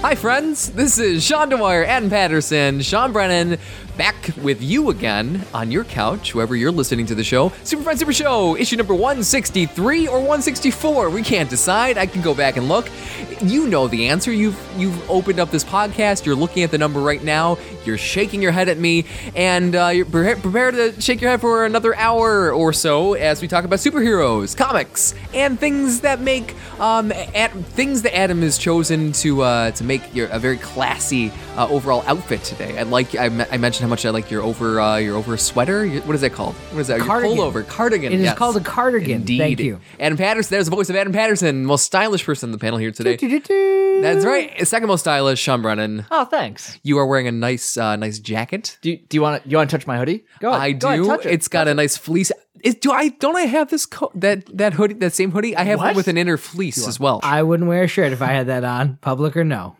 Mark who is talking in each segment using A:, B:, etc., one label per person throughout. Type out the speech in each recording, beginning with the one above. A: Hi, friends. This is Sean DeWire and Patterson. Sean Brennan back with you again on your couch, wherever you're listening to the show. Super Friends Super Show, issue number 163 or 164. We can't decide. I can go back and look. You know the answer. You've you've opened up this podcast. You're looking at the number right now. You're shaking your head at me, and uh, you're pre- prepared to shake your head for another hour or so as we talk about superheroes, comics, and things that make um, at, things that Adam has chosen to uh, to make your, a very classy uh, overall outfit today. I like I, me- I mentioned how much I like your over uh, your over sweater. Your, what is that called? What is that?
B: Cardigan.
A: Your pullover cardigan.
B: It is
A: yes.
B: called a cardigan.
A: Indeed.
B: Thank you.
A: Adam Patterson. There's the voice of Adam Patterson, most stylish person on the panel here today. That's
B: That's
A: right. Second most stylish, Sean Brennan.
B: Oh, thanks.
A: You are wearing a nice uh, nice jacket.
C: Do you, do you want to you want to touch my hoodie?
B: Go.
A: I
B: go ahead,
A: do.
B: touch it.
A: has got a nice fleece. Is, do I don't I have this co- that that hoodie that same hoodie? I have one
C: What?
A: with an inner fleece as well.
B: I wouldn't wear a shirt if I had that on, public or no.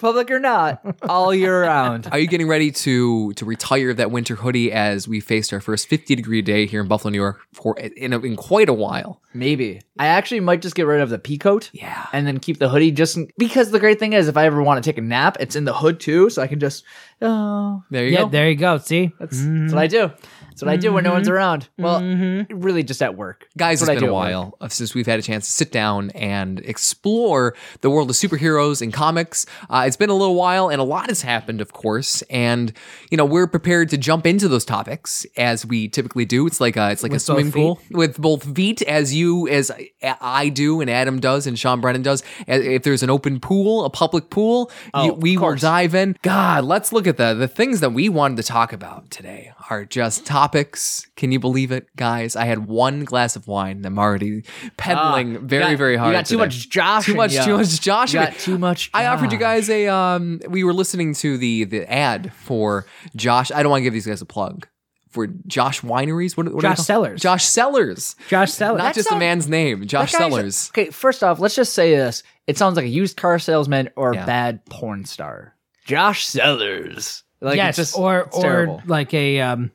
C: Public or not, all year round.
A: Are you getting ready to to retire that winter hoodie as we faced our first 50 degree day here in Buffalo, New York for in, a, in quite a while?
C: Maybe I actually might just get rid of the pea coat.
A: Yeah.
C: and then keep the hoodie just in- because the great thing is if I ever want to take a nap, it's in the hood too, so I can just oh
A: There you
B: yeah,
A: go.
B: there you go. See? Mm-hmm.
C: that's, that's what I do. That's what I do when no one's around. Well, really just at work.
A: Guys, it's
C: That's what I
A: been a
C: do at work.
A: while of- since we've had a chance to sit down and explore the world of superheroes and comics. Uh, it's been a little while, and a lot has happened, of course. And you know, we're prepared to jump into those topics as we typically do. It's like a, it's like a swimming
B: feet.
A: pool with both feet, as you as I- I do, and Adam does, and Sean Brennan does. A- If there's an open pool, a public pool, you-
C: Oh, of
A: we will
C: course.
A: dive in. God, let's look at the the things that we wanted to talk about today are just topics. Can you believe it, guys? I had one glass of wine. and I'm already peddling
C: Ah, you
A: very
C: got-
A: very hard.
C: You got too
A: today.
C: much Josh.
A: Too
C: in
A: much,
C: ya.
A: too much Josh.
C: You
A: in
C: got
A: it.
C: too much.
A: I offered you
C: Josh.
A: guys a. Um, we were listening to the the ad for Josh. I don't want to give these guys a plug for Josh Wineries. What, what are they
B: Josh
A: called?
B: Sellers.
A: Josh Sellers.
B: Josh Sellers.
A: Not just a
C: sounds-
A: man's name.
C: That
A: Josh
C: guy's-
A: Sellers.
C: Okay, first off, let's just say this: it sounds like a used car salesman or a
A: Yeah.
C: bad porn star. Josh Sellers. Like,
B: yes,
C: it's just,
B: or
C: it's
B: or
C: terrible.
B: like a um,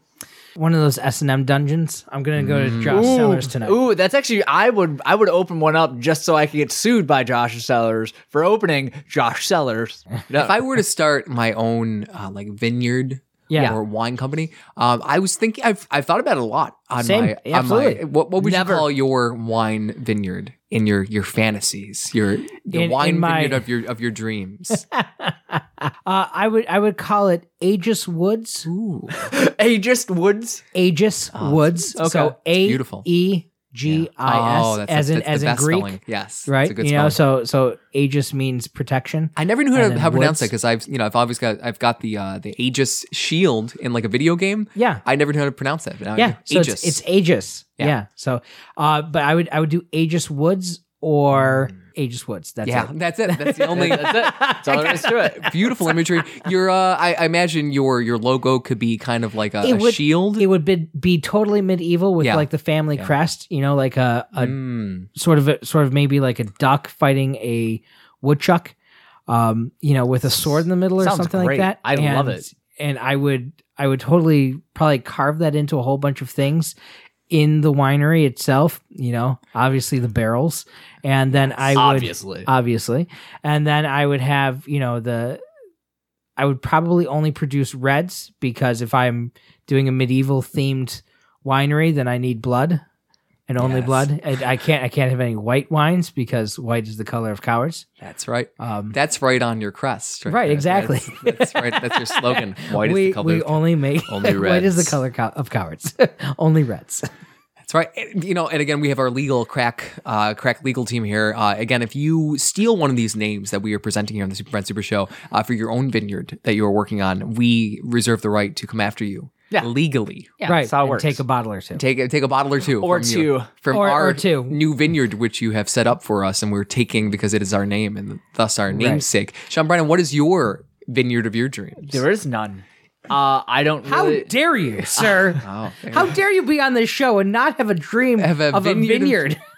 B: one of those S and M dungeons. I'm gonna go to Josh
A: Mm.
C: Ooh,
B: Sellers tonight.
C: Ooh, that's actually I would I would open one up just so I could get sued by Josh Sellers for opening Josh Sellers. No.
A: If I were to start my own uh, like vineyard
B: Yeah.
A: or wine company, um, I was thinking I've I've thought about it a lot on
B: Same.
A: my on my
B: Absolutely.
A: what, what would
C: Never.
A: you call your wine vineyard in your your fantasies your the
B: In-
A: wine
B: in my-
A: vineyard of your of your dreams.
B: Uh, I would I would call it Aegis Woods.
A: Ooh,
C: Aegis Woods.
B: Aegis
A: Oh,
B: Woods.
C: okay.
B: So A
A: beautiful. Oh,
B: E G I S as in
A: that's
B: as
A: the
B: in
A: best
B: Greek,
A: spelling. Yes, It's a
B: right?
A: good
B: You know,
A: spelling.
B: so so Aegis means protection.
A: I never knew how
B: and
A: to
B: then
A: how to pronounce it
B: woods.
A: because I've you know I've always got I've got the uh, the Aegis shield in like a video game.
B: Yeah.
A: I never knew how to pronounce that. but now I
B: Yeah,
A: do.
B: so
A: Uh, Aegis.
B: it's, it's Aegis.
A: Yeah.
B: Yeah. So, uh, but I would I would do Aegis Woods or Aegis Woods. That's
A: Mm. yeah,
B: it.
A: that's it. That's the only
C: That's it. That's all there is to it.
A: beautiful imagery. Your, uh, I, I imagine your your logo could be kind of like a,
B: It
A: a
B: would-
A: shield.
B: It would be, be totally medieval with
A: Yeah.
B: like the family crest, you know, like a, a
C: Mm-hmm.
A: Mm.
B: sort of a, sort of maybe like a duck fighting a woodchuck, um, you know, with a sword in the middle or
C: Sounds
B: something
C: great.
B: like that.
C: I love
B: And-
C: it.
B: And I would I would totally probably carve that into a whole bunch of things in the winery itself, you know, obviously the barrels, and then I would
C: Obviously.
B: obviously. And then I would have, you know, the I would probably only produce reds because if I'm doing a medieval themed winery, then I need blood and only
A: Yes.
B: blood. I, I can't I can't have any white wines because white is the color of cowards.
A: That's right.
B: Um,
A: That's right on your crest.
B: Right,
A: there.
B: exactly.
A: That's, that's right. That's your slogan. White
B: we
A: is the color.
B: we
A: of-
B: only make
A: Only
B: white is
A: reds.
B: the color co- of cowards. only reds.
A: That's right. And, You know, and again, we have our legal crack, uh, crack legal team here. Uh, again, if you steal one of these names that we are presenting here on the Super Friend Super Show uh, for your own vineyard that you are working on, we reserve the right to come after you.
C: Yeah.
A: legally.
C: Yeah,
B: right.
C: that's how it
B: and
C: works.
B: Take a bottle or two.
A: Take a, take a bottle or two,
C: Or
A: from your-
C: two.
A: from
B: Or-
A: our
B: or two.
A: new vineyard, which you have set up for us, and we're taking because it is our name and thus our namesake. Sean Brennan, what is your vineyard of your dreams?
C: there is none. Uh, I don't
B: How
C: really.
B: dare you, sir?
A: Wow.
B: How dare you be on this show and not have a dream
A: Have a
B: of a
A: vineyard of-
B: vineyard?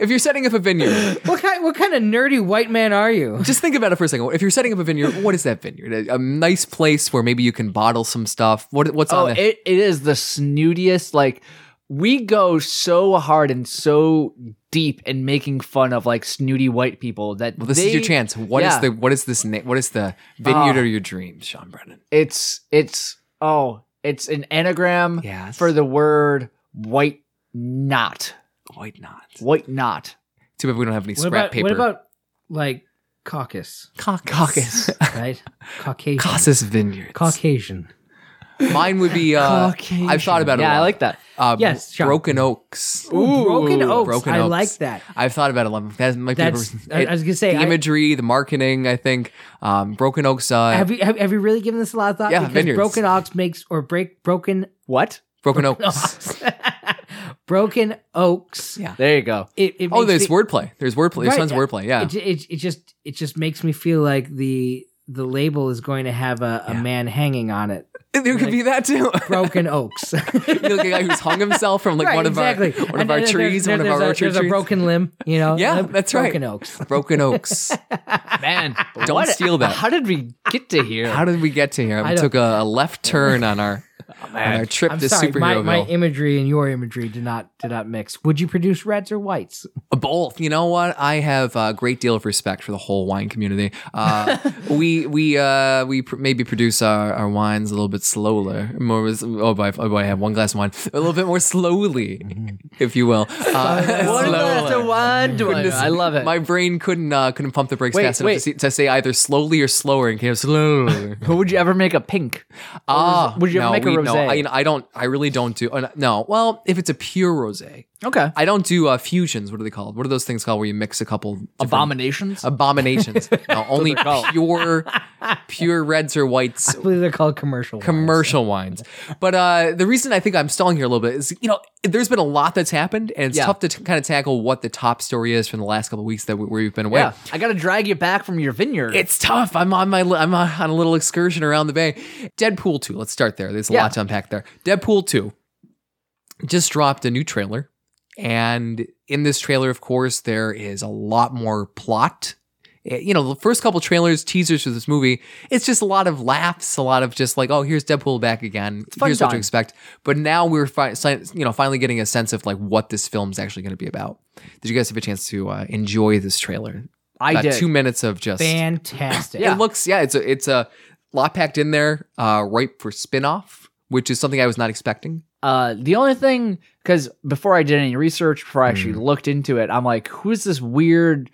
A: If you're setting up a vineyard,
B: What kind what kind of nerdy white man are you?
A: just think about it for a second. If you're setting up a vineyard, what is that vineyard? A, a nice place where maybe you can bottle some stuff. What what's
C: oh,
A: on the
C: it, it is the snootiest like we go so hard and so deep in making fun of like snooty white people that
A: Well, this
C: they-
A: is your chance. What is
C: yeah.
A: the what is this na- what is the vineyard
B: Oh.
C: Ah.
A: of your dreams, Sean Brennan?
C: It's it's oh, it's an anagram
A: Yes.
C: for the word white not.
A: Quite not.
C: White not.
A: Too bad we don't have any
B: What
A: scrap
B: about
A: paper.
B: what about like caucus,
A: caucus?
C: Caucus.
B: right? Caucasian.
A: Caucus vineyards.
B: Caucasian.
A: Mine would be. Uh,
C: Caucasian.
A: I've thought about it. a
C: yeah, I
A: lot.
C: like that.
A: Uh,
B: Yes, Sean.
A: broken oaks.
B: Ooh, broken
C: Ooh,
B: oaks.
A: Broken
B: I
A: Oaks.
B: like that.
A: I've thought about it a lot. That might be
B: That's. I, I was gonna say.
A: the
B: I-
A: imagery, the marketing. I think um, broken oaks. Uh,
B: have you have, have you really given this a lot of thought?
A: Yeah,
B: because
A: vineyards.
B: broken ox makes or break broken
C: What?
A: broken oaks.
B: ox. broken oaks.
A: Yeah.
C: There you go.
B: It, it
A: Oh,
B: makes
A: there's
B: me,
A: wordplay. There's wordplay. There's
B: Right,
A: tons of
B: yeah.
A: wordplay. Yeah.
B: It, it, it just it just makes me feel like the the label is going to have a, a
A: Yeah.
B: man hanging on it.
A: there could be that too.
B: Broken oaks.
A: you look like a guy who's hung himself from like
B: Right,
A: one of
B: exactly.
A: our one of
B: And
A: our
B: there-
A: trees,
B: there-
A: one of
B: there's
A: our
B: a-
A: orchard
B: There's a
A: trees.
B: broken limb, you know.
A: Yeah,
B: Like
A: that's right.
B: Broken oaks.
A: Broken oaks.
C: Man,
A: Don't
C: what-
A: steal that.
C: How did we get to here?
A: How did we get to here?
B: I
A: We
B: don't- Oh,
A: took a, a left turn on our on our trip
B: I'm
A: to
B: sorry, my,
A: superhero
B: my
A: Ville.
B: imagery and your imagery did not did not mix. Would you produce reds or whites?
A: Both. You know what? I have a great deal of respect for the whole wine community. Uh, we we uh, we pr- maybe produce our, our wines a little bit slower. More res- oh, boy, oh boy, I have one glass of wine. A little bit more slowly,
B: Mm-hmm.
A: if you will. Uh,
C: One
A: slower.
C: glass of wine to another. I love it.
A: My brain couldn't uh, couldn't pump the brakes
C: Wait,
A: fast enough
C: wait.
A: to, see, to say either slowly or slower and came slower.
C: Who would you ever make a pink?
A: Ah,
C: would you
A: no,
C: ever make a
A: we- no,
C: rosé?
A: I, you know, I don't. I really don't do. uh, No. Well, if it's a pure rosé,
C: Okay.
A: I don't do uh, fusions. What are they called? What are those things called where you mix a couple different-
C: Abominations.
A: abominations? no, only pure, pure reds or whites.
B: I believe they're called commercial.
A: Commercial wines, but uh, the reason I think I'm stalling here a little bit is, you know, there's been a lot that's happened, and it's
C: Yeah.
A: tough to t- kind of tackle what the top story is from the last couple of weeks that we, where we've been away.
C: yeah. I got to drag you back from your vineyard.
A: It's tough. I'm on my li- I'm on a little excursion around the bay. Deadpool 2. Let's start there. There's a
C: Yeah.
A: lot to unpack there. Deadpool 2 just dropped a new trailer. And in this trailer, of course, there is a lot more plot. Eh, You know, the first couple trailers, teasers for this movie, it's just a lot of laughs, a lot of just like, oh, here's Deadpool back again.
C: fun
A: Here's what to
C: time.
A: expect. But now we're fi- si- you know finally getting a sense of like what this film's actually going to be about. Did you guys have a chance to uh, enjoy this trailer?
C: I
A: About
C: did.
A: two minutes of just
B: Fantastic.
A: it looks yeah it's a it's a lot packed in there uh ripe for spin-off which is something i was not expecting
C: Uh, the only thing, because before I did any research, before I
A: Hmm.
C: actually looked into it, I'm like, who's this weird,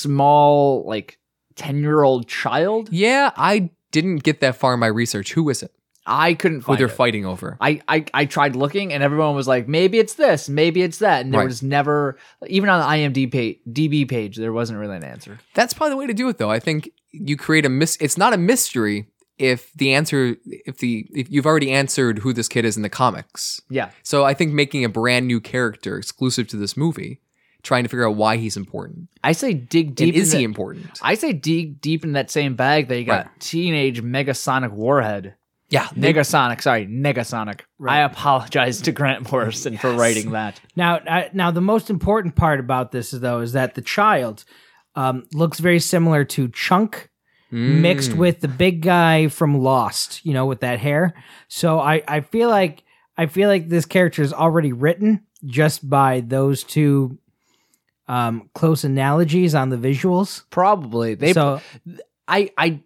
C: small, like 10 year old child?
A: yeah i didn't get that far in my research who is it
C: I couldn't
A: who
C: find
A: they're
C: it.
A: fighting over
C: I, I, I tried looking and everyone was like, maybe it's this, maybe it's that. And there
A: Right.
C: was never, even on the IMDb page, DB page, there wasn't really an answer.
A: that's probably the way to do it though i think you create a mis it's not a mystery if the answer if the if you've already answered who this kid is in the comics
C: Yeah.
A: so i think making a brand new character exclusive to this movie trying to figure out why he's important
C: I say dig
A: and
C: deep.
A: is
C: in
A: he
C: that-
A: important
C: I say dig deep in that same bag that you got
A: Right.
C: teenage Megasonic Warhead.
A: yeah they-
C: Negasonic, sorry, Negasonic.
B: Right.
C: I apologize to Grant Morrison for writing that.
B: Now, I- now the most important part about this, though, is that the child um, looks very similar to Chunk
A: Mm.
B: mixed with the big guy from Lost. You know, with that hair. So I, I feel like I feel like this character is already written just by those two um, close analogies on the visuals.
C: Probably they.
B: so
C: I I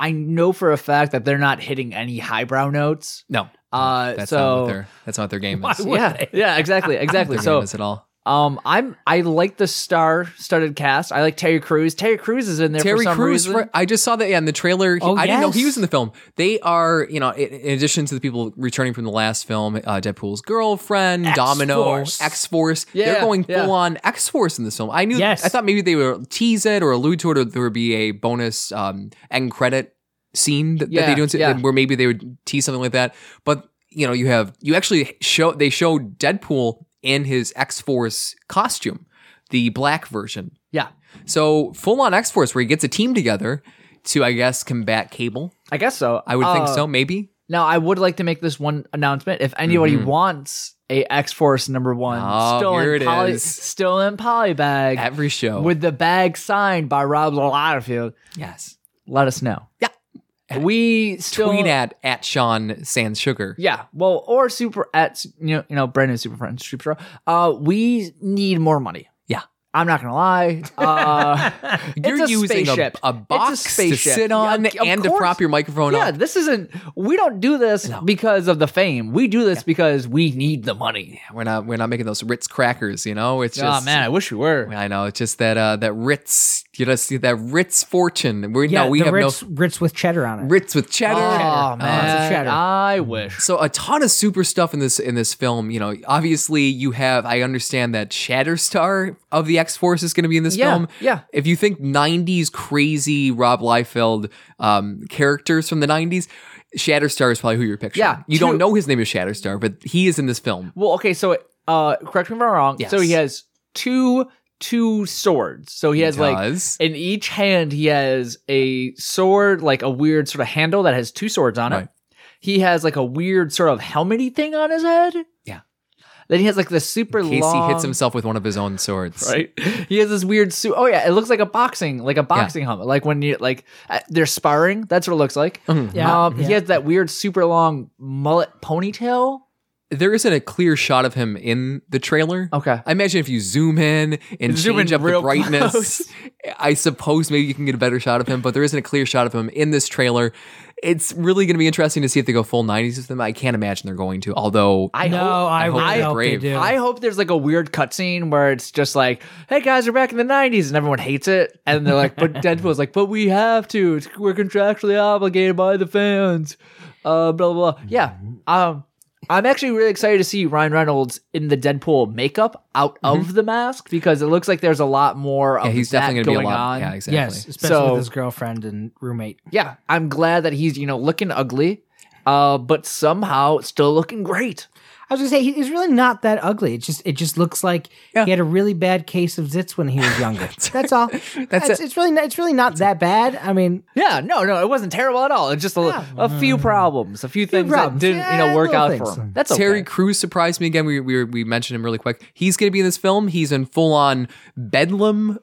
C: I know for a fact that they're not hitting any highbrow notes.
A: no
C: Uh,
A: that's not what
C: so
A: their that's not what their game
B: Why
A: is
B: would
C: yeah,
B: they?
C: yeah, exactly, exactly.
A: Their
C: so
A: game is at all
C: um, I'm I like the star-studded cast. I like Terry Crews. Terry Crews is in there. for
A: Terry
C: some
A: Crews.
C: reason.
A: right- I just saw that yeah, in the trailer. He-
B: Oh,
A: I didn't know he
B: yes.
A: was in the film. They are, you know, in, in addition to the people returning from the last film, uh, Deadpool's girlfriend, Domino,
B: X-Force.
A: X Force.
C: Yeah,
A: They're going
C: yeah.
A: full on X Force in this film. I knew.
B: Yes.
A: I thought maybe they would tease it or allude to it, or there would be a bonus um, end credit scene that, that
C: Yeah,
A: they do, in-
C: yeah.
A: where maybe they would tease something like that. But you know, you have you actually show they show Deadpool in his X Force costume, the black version.
C: Yeah,
A: So full on X Force, where he gets a team together to, I guess, combat Cable.
C: I guess so.
A: I would think
C: Uh,
A: so, maybe.
C: Now, I would like to make this one announcement. If anybody
A: Mhm.
C: wants a X Force number one,
A: Oh,
C: still,
A: here
C: in
A: it
C: poly,
A: is.
C: still in poly bag
A: Every show.
C: with the bag signed by Rob Littlefield,
A: yes.
C: let us know.
A: Yeah.
C: we still
A: Tweet at at Sean Sans Sugar.
C: Yeah, well, or super at you know you know brand new super friends super. Show. Uh, we need more money.
A: Yeah.
C: I'm not gonna lie. Uh,
A: You're
C: it's a
A: using
C: spaceship.
A: A, a
C: It's a
A: box
C: spaceship.
A: to sit on
C: Yeah, of
A: and to
C: course.
A: prop your microphone
C: yeah,
A: up.
C: this isn't. We don't do this
A: No.
C: because of the fame. We do this because we need the money.
A: We're not we're not making those Ritz crackers, you know? It's just
C: I wish we were.
A: Oh, I know. It's just that uh, that Ritz, you know, see that Ritz fortune. We're,
B: Yeah,
A: no, we
B: the
A: have
B: Ritz, Ritz with cheddar on
A: no
B: it.
A: Ritz with cheddar. Uh,
C: Oh man,
B: cheddar.
C: I wish.
A: So a ton of super stuff in this in this film. You know, obviously you have. I understand that Shatterstar of the X Force is going to be in this
C: Yeah,
A: film.
C: yeah.
A: If you think '90s crazy Rob Liefeld um, characters from the '90s, Shatterstar is probably who you're picturing.
C: Yeah,
A: you
C: two-
A: don't know his name is Shatterstar, but he is in this film.
C: Well, okay, so uh, correct me if I'm wrong.
A: Yes.
C: So he has two two swords. So he has like
A: Because-
C: in each hand he has a sword like a weird sort of handle that has two swords on
A: Right.
C: it he has like a weird sort of helmety thing on his head
A: Yeah.
C: then he has like this super
A: in case
C: long
A: he hits himself with one of his own swords.
C: right he has this weird suit oh yeah it looks like a boxing like a boxing helmet like when you like uh, they're sparring that's what it looks like
A: Mhm.
B: Yeah,
C: um,
B: yeah.
C: he has that weird super long mullet ponytail
A: There isn't a clear shot of him in the trailer.
C: okay
A: I imagine if you zoom in and
C: Zoom
A: change
C: in
A: up the
C: real
A: brightness,
C: close.
A: I suppose maybe you can get a better shot of him, but there isn't a clear shot of him in this trailer. It's really going to be interesting to see if they go full 90s with him. I can't imagine they're going to, although
C: I
B: no,
C: hope-
B: I,
A: I hope
B: really
A: they're
B: hope they
A: brave.
B: do.
C: I hope there's like a weird cutscene where it's just like, "Hey guys, we're back in the '90s," and everyone hates it, and they're like, "But Deadpool's like, but we have to. It's- We're contractually obligated by the fans." Uh, blah blah. blah. Yeah.
A: Mm-hmm.
C: Um, I'm actually really excited to see Ryan Reynolds in the Deadpool makeup out of the mask because it looks like there's a lot more. Of
A: Mm-hmm. yeah, he's
C: that
A: definitely going
C: going
A: to be a lot.
C: on.
A: Yeah, exactly.
B: yes, especially
C: So-
B: with his girlfriend and roommate.
C: Yeah, I'm glad that he's you know looking ugly, uh, but somehow still looking great.
B: I was gonna say he- he's really not that ugly. It just it just looks like he had a really bad case of zits when he was younger. That's all. That's it's, it's really not, it's really not that bad. I mean,
C: Yeah, no, no, it wasn't terrible at all. It's just a, a few problems, a few things that
B: problems.
C: didn't, you
B: Yeah,
C: know, work
B: little
C: out
B: things.
C: for him. Mm. That's okay.
A: Terry Crews surprised me again. We, we we mentioned him really quick. He's going to be in this film. He's in full on Bedlam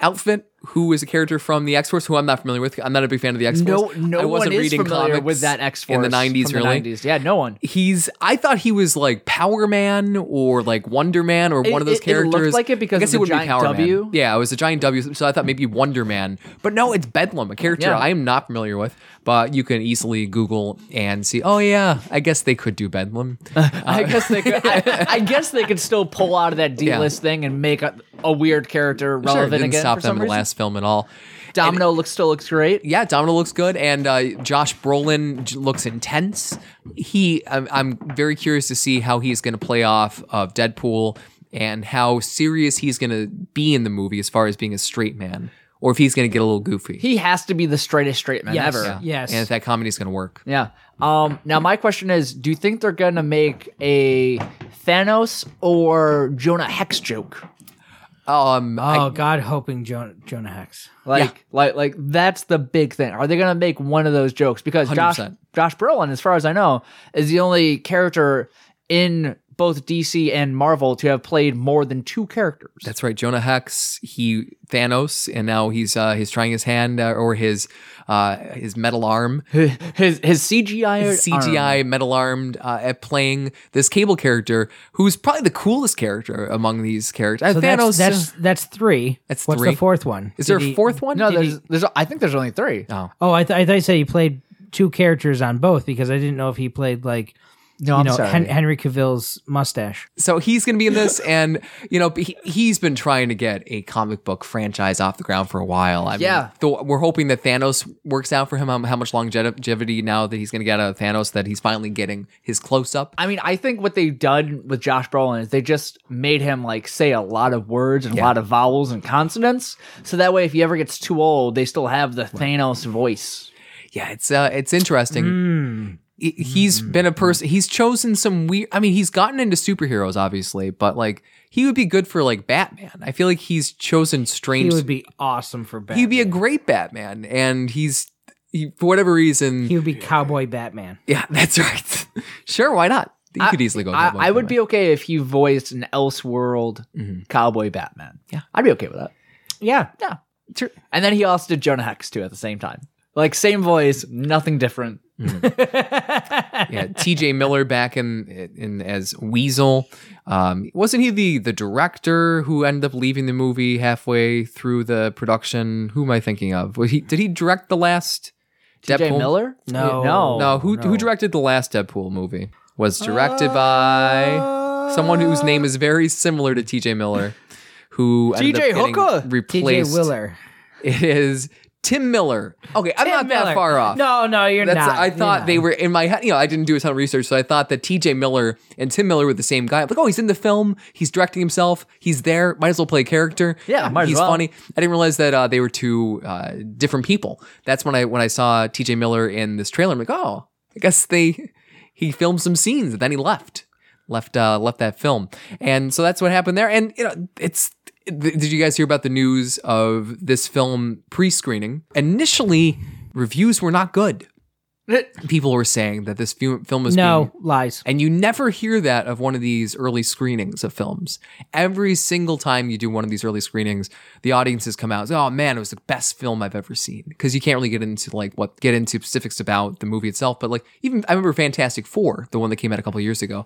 A: outfit. Who is a character from the X Force? Who I'm not familiar with. I'm not a big fan of the X
C: no,
A: Force.
C: no
A: I wasn't
C: one is
A: reading
C: familiar
A: comics
C: with that X Force
A: in the '90s. really,
C: Yeah, no one.
A: he's I thought he was like Power Man or like Wonder Man or one of those
C: it- it looked
A: characters.
C: like it because
A: I guess
C: of the
A: it would be
C: giant
A: Power
C: W.
A: Man. Yeah, it was a giant W, so I thought maybe Wonder Man. But no, it's Bedlam, a character
C: Yeah.
A: I am not familiar with, but you can easily Google and see, oh yeah, I guess they could do Bedlam.
C: I guess they could. I, I guess they could still pull out of that D list thing and make a, a weird character
A: Sure, it
C: relevant
A: didn't
C: again.
A: stop
C: for
A: them
C: some
A: in the
C: reason.
A: last film at all.
C: Domino looks still looks great.
A: yeah, Domino looks good, and uh, Josh Brolin j- looks intense. He, I'm, I'm very curious to see how he's going to play off of Deadpool and how serious he's going to be in the movie as far as being a straight man, or if he's going to get a little goofy.
C: He has to be the straightest straight man
B: Yes.
C: ever.
B: Yeah. Yes.
A: and if that comedy's going to work.
C: Yeah. Um, now my question is, do you think they're gonna make a Thanos or Jonah Hex joke?
A: Um, I-
B: oh God, hoping Jonah, Jonah Hex.
C: Like, like, like that's the big thing. Are they gonna make one of those jokes? Because Josh,
A: 100%.
C: Josh Brolin, as far as I know, is the only character in both DC and Marvel to have played more than two characters.
A: that's right, Jonah Hex. He Thanos, and now he's uh, he's trying his hand uh, or his uh, his metal arm
C: his his CGI
A: his CGI metal armed uh, at playing this cable character who's probably the coolest character among these characters.
B: So
A: Uh, Thanos,
B: that's that's, that's three.
A: That's
B: What's
A: three.
B: the fourth one?
A: is there a
B: Did he-
A: fourth one?
C: No, there's there's I think there's only three.
A: no.
B: Oh, I, th- I thought you said he played two characters on both because I didn't know if he played like
C: No,
B: you
C: I'm
B: know
C: sorry.
B: Hen- Henry Cavill's mustache.
A: So he's going to be in this, and you know he, he's been trying to get a comic book franchise off the ground for a while. I
C: Yeah.
A: mean, th- we're hoping that Thanos works out for him. How, how much longevity now that he's going to get out of Thanos that he's finally getting his close up.
C: I mean, I think what they've done with Josh Brolin is they just made him like say a lot of words and a lot of vowels and consonants, so that way if he ever gets too old, they still have the Thanos voice.
A: Yeah, it's uh, it's interesting. He-
B: Mm.
A: He's
B: Mm-hmm,
A: been a person. He's chosen some weird. I mean, he's gotten into superheroes, obviously, but like he would be good for like Batman. I feel like he's chosen
B: He
A: strange.
B: would be awesome for Batman.
A: He'd be a great Batman, and he's he, for whatever reason.
B: he would be Cowboy Batman.
A: yeah, that's right. sure, why not? You
C: I-
A: could easily go.
C: I,
A: Cowboy
C: I would
A: Batman.
C: be okay if he voiced an Elseworld
A: Mm-hmm.
C: cowboy Batman.
A: Yeah.
C: I'd be okay with that.
B: Yeah,
C: Yeah, and then he also did Jonah Hex too at the same time. Like same voice, nothing different.
A: yeah, T.J. Miller back in in as Weasel. Um, wasn't he the the director who ended up leaving the movie halfway through the production? Who am I thinking of? Was he, did he direct the last
C: T.J. Miller? Oh,
B: No.
C: no,
A: No, who who directed the last Deadpool movie? Was directed by someone whose name is very similar to T.J. Miller, who ended
C: T.J.
A: up getting
C: Hooker.
A: replaced.
B: TJ Willer.
A: It is Tim Miller. Okay, I'm
B: Tim
A: not that
B: Miller.
A: far off.
B: No, no, you're
A: Uh, That's,
B: not.
A: I
B: You're
A: thought
B: not.
A: they were in my head. You know, I didn't do a ton of research, so I thought that T.J. Miller and Tim Miller were the same guy. I'm like, oh, he's in the film. He's directing himself. He's there. Might as well play a character.
C: Yeah, might as
A: he's
C: well.
A: funny. I didn't realize that uh, they were two uh, different people. That's when I when I saw T.J. Miller in this trailer. I'm like, oh, I guess they he filmed some scenes and then he left left uh, left that film, and so that's what happened there. And you know, it's th- did you guys hear about the news of this film pre-screening? Initially, reviews were not good people were saying that this fu- film is
B: No
A: being
B: lies.
A: and you never hear that of one of these early screenings of films. Every single time you do one of these early screenings, the audiences come out, "Oh man, it was the best film I've ever seen." Because you can't really get into like what get into specifics about the movie itself, but like even I remember Fantastic Four, the one that came out a couple years ago,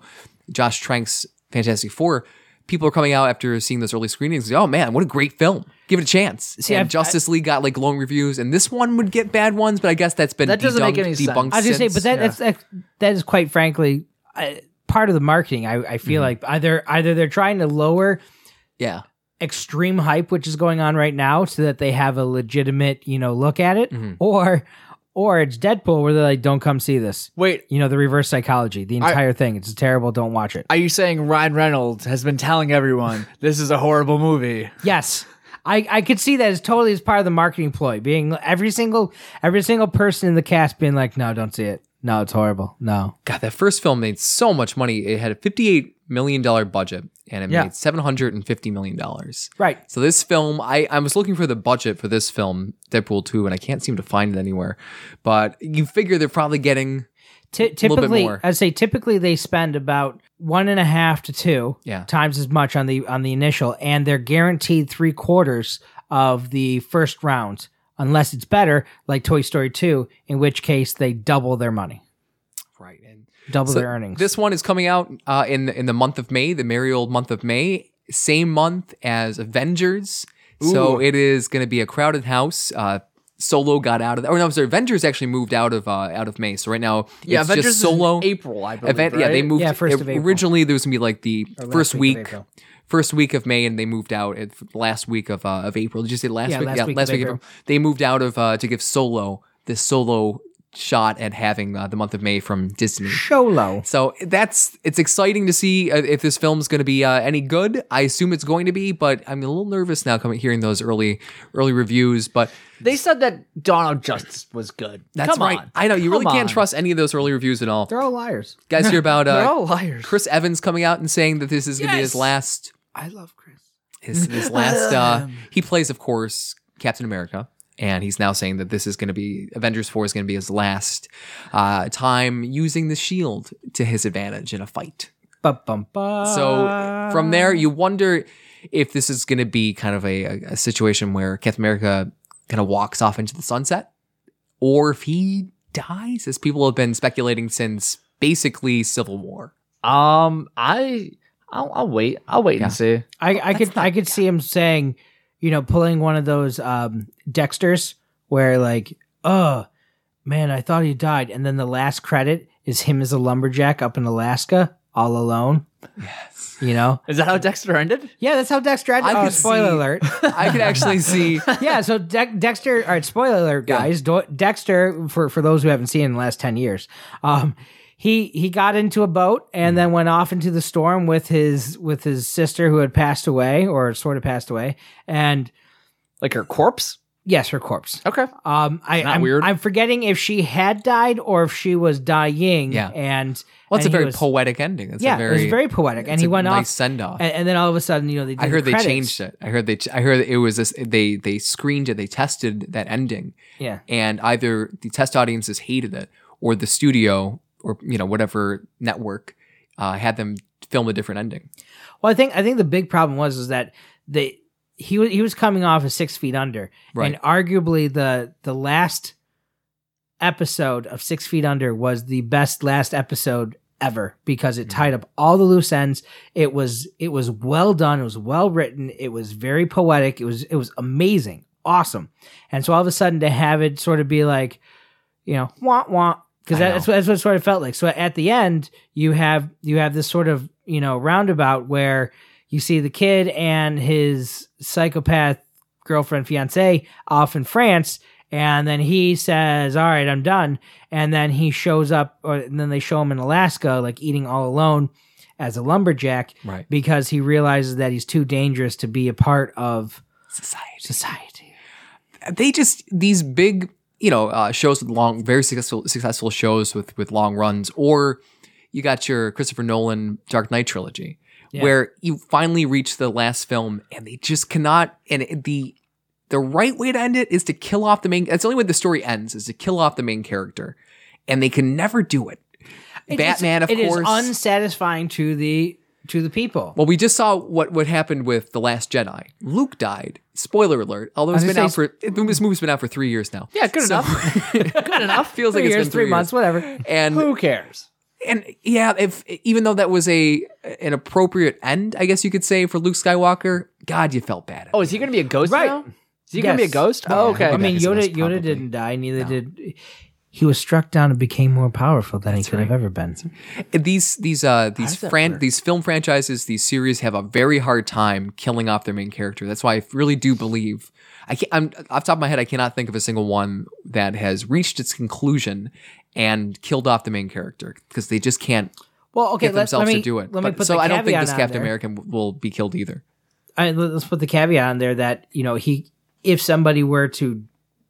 A: Josh Trank's Fantastic Four. People are coming out after seeing those early screenings. "Oh man, what a great film! Give it a chance."
B: See,
A: and
B: I've-
A: Justice League got like long reviews, and this one would get bad ones, but I guess that's been
C: That doesn't make
A: debunked-
C: any sense.
A: debunked
B: I was gonna say,
A: since.
B: but that, that's that, that is quite frankly I, part of the marketing. I, I feel
A: Mm-hmm.
B: like either either they're trying to lower
A: yeah.
B: extreme hype which is going on right now so that they have a legitimate you know look at it,
A: Mhm.
B: or or it's Deadpool where they're like, don't come see this.
C: Wait,
B: You know the reverse psychology, the
C: I-
B: entire thing. It's terrible. Don't watch it.
C: are you saying Ryan Reynolds has been telling everyone this is a horrible movie?
B: Yes. I, I could see that as totally as part of the marketing ploy, being every single every single person in the cast being like, no, don't see it. No, it's horrible. No.
A: God, that first film made so much money. It had a $58 million budget and it
B: Yeah.
A: made $750 million.
B: Right.
A: So this film, I, I was looking for the budget for this film, Deadpool 2, and I can't seem to find it anywhere. But you figure they're probably getting,
B: Ty-
A: little bit
B: typically,
A: more.
B: I'd say typically they spend about one and a half to two
A: Yeah.
B: times as much on the on the initial, and they're guaranteed three quarters of the first round, unless it's better, like Toy Story Two, in which case they double their money,
A: right, and
B: double
A: So
B: their earnings.
A: This one is coming out uh, in the, in the month of May, the merry old month of May, same month as Avengers. So
C: Ooh.
A: it is going to be a crowded house. Uh, Solo got out of. Oh no, I'm sorry. Avengers actually moved out of uh, out of May. So right now, it's just
C: in
A: Solo.
C: April, I believe.
A: Event, yeah, they
C: right?
A: moved.
B: Yeah, first
A: it-
B: of April.
A: Originally, there was gonna be like the
B: last
A: first
B: week of
A: week,
B: April.
A: first week of May, and they moved out at f- last week of uh, of April. Did you say last
B: Yeah,
A: week?
B: last
A: yeah,
B: week of
A: last week
B: April.
A: of April. They moved out of uh, to give Solo this Solo shot at having uh, the month of May from Disney.
B: Sholo.
A: So that's it's exciting to see uh, if this film's going to be uh, any good. I assume it's going to be, but I'm a little nervous now coming hearing those early early reviews. But
C: They said that Dawn of Justice was good.
A: that's
C: Come
A: right.
C: on.
A: I know you really
C: Come
A: can't
C: on.
A: trust any of those early reviews at all.
B: They're all liars.
A: You guys hear about
C: They're
A: uh,
C: all liars.
A: Chris Evans coming out and saying that this is going to be his
C: Yes.
A: last
C: I love Chris.
A: his, his last uh, he plays of course captain america and he's now saying that this is going to be avengers 4 is going to be his last uh, time using the shield to his advantage in a fight
B: Ba-bum-ba.
A: so from
C: Uh.
A: there you wonder if this is going to be kind of a, a, a situation where captain america kind of walks off into the sunset or if he dies as people have been speculating since basically civil war
C: Um, I, I'll, I'll wait. I'll wait
A: Yeah.
C: and see.
A: Oh,
B: I, I could I could see him saying, you know, pulling one of those um Dexters where like, oh man, I thought he died, and then the last credit is him as a lumberjack up in Alaska all alone. Yes, you know,
C: Is that how Dexter ended?
B: yeah, that's how Dexter.
A: I
B: I oh,
A: could
B: spoiler
A: see-
B: alert.
A: i could actually see
B: yeah, so De- Dexter. All right, spoiler alert,
A: Yeah.
B: guys. Do- Dexter, for for those who haven't seen it in the last ten years, um, he he got into a boat and then went off into the storm with his with his sister who had passed away or sort of passed away, and
C: Like her corpse?
B: yes, her corpse.
C: Okay.
B: Um, I,
A: not
B: I'm,
A: weird.
B: I'm forgetting if she had died or if she was dying.
A: Yeah.
B: and
A: well it's a
B: and he
A: very
B: was-
A: poetic ending it's
B: yeah,
A: a very,
B: it was very poetic, and
A: it's
B: he
A: a
B: went
A: nice
B: off.
A: send off
B: And, and then all of a sudden, you know, they did
A: I heard
B: the
A: they
B: credits.
A: changed it. I heard they. Ch- I heard it was this. They they screened it. They tested that ending,
B: Yeah,
A: and either the test audiences hated it, or the studio, or you know whatever network, uh, had them film a different ending.
B: Well, I think I think the big problem was is that they he was he was coming off as six feet under,
A: Right.
B: and arguably the the last episode of Six Feet Under was the best last episode ever because
A: Mm-hmm.
B: it tied up all the loose ends. It was it was well done. It was well written. It was very poetic. It was it was amazing, awesome. And so all of a sudden to have it sort of be like, you know, wah wah, because
A: I
B: that's what that's what it sort of felt like. So at the end, you have you have this sort of you know roundabout where you see the kid and his psychopath girlfriend fiance off in France. And then he says, "All right, I'm done." And then he shows up, or and then they show him in Alaska, like eating all alone as a lumberjack,
A: Right.
B: Because he realizes that he's too dangerous to be a part of
A: Society.
B: society.
A: They just these big, you know, uh, shows with long, very successful, successful shows with with long runs, or you got your Christopher Nolan Dark Knight trilogy,
B: Yeah.
A: where you finally reach the last film and they just cannot. And it, the the right way to end it is to kill off the main. That's the only way the story ends is to kill off the main character, and they can never do it.
B: It is-
A: Batman, of
B: it
A: course.
B: is unsatisfying to the to the people.
A: Well, we just saw what what happened with the Last Jedi. Luke died. Spoiler alert. Although it's
B: was
A: been
B: gonna
A: out
B: say-
A: for this movie's been out for three years now.
C: Yeah, good
A: enough. good enough. Feels like
B: three
A: it's
B: years,
A: been
B: three
A: years.
B: months, whatever.
A: And
C: Who cares?
A: and yeah, if even though that was a an appropriate end, I guess you could say for Luke Skywalker, God, you felt bad.
C: Oh, is he gonna be a ghost
B: Right.
C: now? Is he gonna be a
B: Yes.
C: ghost? Oh, okay.
B: I mean,
A: is
B: Yoda
A: most
B: Yoda
A: probably.
B: didn't die. Neither did he was struck down and became more powerful than he could have ever been.
A: these these uh these
C: does that
A: fran-
C: work?
A: these film franchises, these series have a very hard time killing off their main character. That's why I really do believe I can't. I'm off the top of my head, I cannot think of a single one that has reached its conclusion and killed off the main character because they just can't
B: Well, okay,
A: get
B: let, let
A: themselves
B: me
A: to do it.
B: Let me
A: But-
B: put
A: so
B: the
A: I don't think
B: caveat
A: this
B: on
A: Captain
B: there.
A: American w- will be killed either.
B: I, let's put the caveat on there that you know he if somebody were to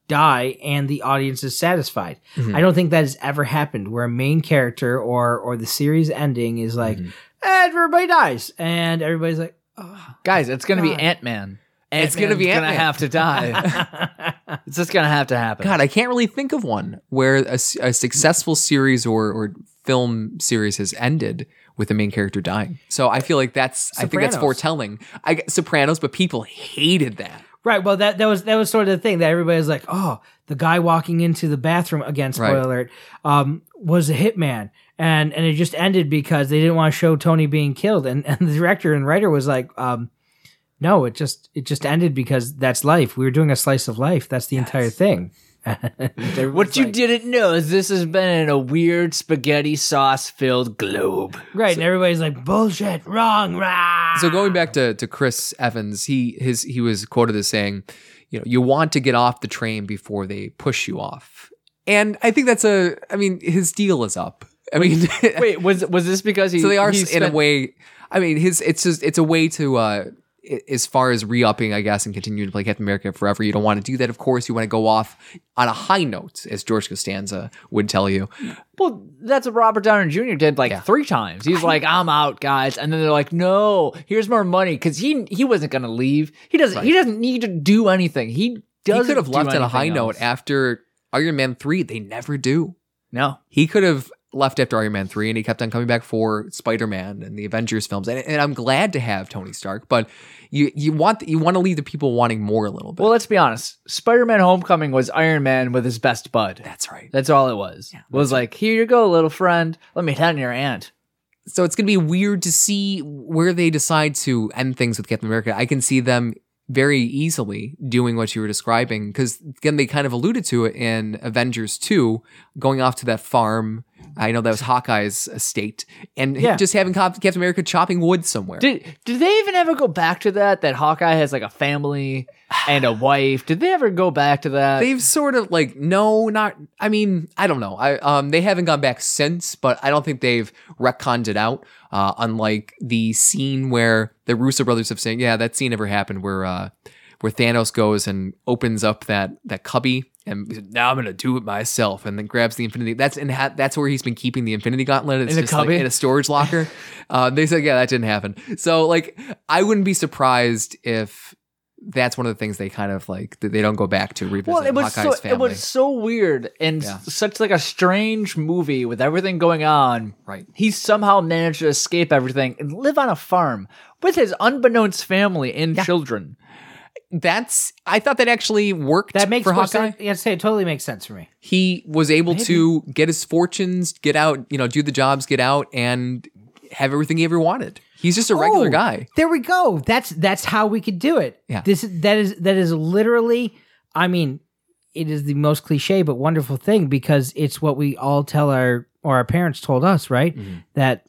B: die and the audience is satisfied i don't think that has ever happened where a main character or or the series ending is like everybody dies and everybody's like
C: Guys, it's gonna
B: God.
C: be Ant Man.
A: It's gonna be
C: Ant
A: Ant-Man.
C: Gonna have to die. it's just gonna have to happen.
A: God, I can't really think of one where a, s- a successful series or, or film series has ended with the main character dying. So I feel like that's I think that's
B: Sopranos.
A: foretelling. I g- Sopranos, but people hated that.
B: right well that that was that was sort of the thing that everybody's like oh the guy walking into the bathroom again spoiler
A: Right.
B: alert um was a hitman and and it just ended because they didn't want to show tony being killed and and the director and writer was like um no it just it just ended because that's life we were doing a slice of life that's the entire thing
C: What you didn't know is this has been in a weird spaghetti sauce filled globe.
B: right and everybody's like bullshit wrong rah.
A: So going back to, to Chris Evans, he his he was quoted as saying, you know, you want to get off the train before they push you off. And I think that's a I mean, his deal is up. I mean
C: Wait, was was this because he?
A: so they are
C: he
A: in a
C: spent-
A: way i mean his it's just it's a way to uh i- as far as re-upping i guess and continuing to play captain america forever you don't want to do that of course you want to go off on a high note as george costanza would tell you
C: Well, that's what Robert Downey Jr. did like three times. He's like, "I'm out, guys," and then they're like, "No, here's more money," because he he wasn't gonna leave. He doesn't. He doesn't need to do anything. He
A: he
C: doesn't.
A: could have
C: do
A: left on a
C: anything
A: high note
C: else.
A: after iron man 3 they never do
C: No,
A: he could have left after Iron Man 3 and he kept on coming back for Spider-Man and the Avengers films. And, and I'm glad to have Tony Stark, but you you want you want to leave the people wanting more a little bit.
C: Well, let's be honest. Spider-Man: Homecoming was Iron Man with his best bud.
A: that's right.
C: That's all it was. was like, here you go, little friend. Let me tend to your aunt.
A: so it's going to be weird to see where they decide to end things with Captain America. I can see them very easily doing what you were describing because again they kind of alluded to it in Avengers 2 going off to that farm I know that was Hawkeye's estate and
B: Yeah.
A: just having Cap- Captain America chopping wood somewhere
C: Did did they even ever go back to that? That Hawkeye has like a family and a wife. Did they ever go back to that?
A: they've sort of like no not I mean I don't know I um they haven't gone back since but I don't think they've retconned it out uh unlike the scene where the Russo brothers have saying yeah that scene never happened where uh where Thanos goes and opens up that that cubby and now I'm gonna do it myself and then grabs the Infinity that's and ha- that's where he's been keeping the Infinity Gauntlet it's
C: In a
A: just like,
C: cubby?
A: in a storage locker uh, they said yeah that didn't happen so like I wouldn't be surprised if that's one of the things they kind of like that they don't go back to revisit
C: well, it was
A: Hawkeye's
C: so
A: family.
C: it was so weird and
A: Yeah.
C: such like a strange movie with everything going on.
A: Right.
C: He somehow managed to escape everything and live on a farm with his unbeknownst family and children.
A: that's I thought that actually worked
B: That makes
A: for
B: more
A: Hawkeye.
B: sense. Yeah, say it totally makes sense for me.
A: He was able
B: Maybe.
A: to get his fortunes, get out, you know, do the jobs, get out, and have everything he ever wanted. He's just a regular
B: Oh,
A: guy.
B: There we go. That's that's how we could do it.
A: Yeah.
B: This is- that is that is literally. I mean, it is the most cliche but wonderful thing because it's what we all tell our or our parents told us, right? That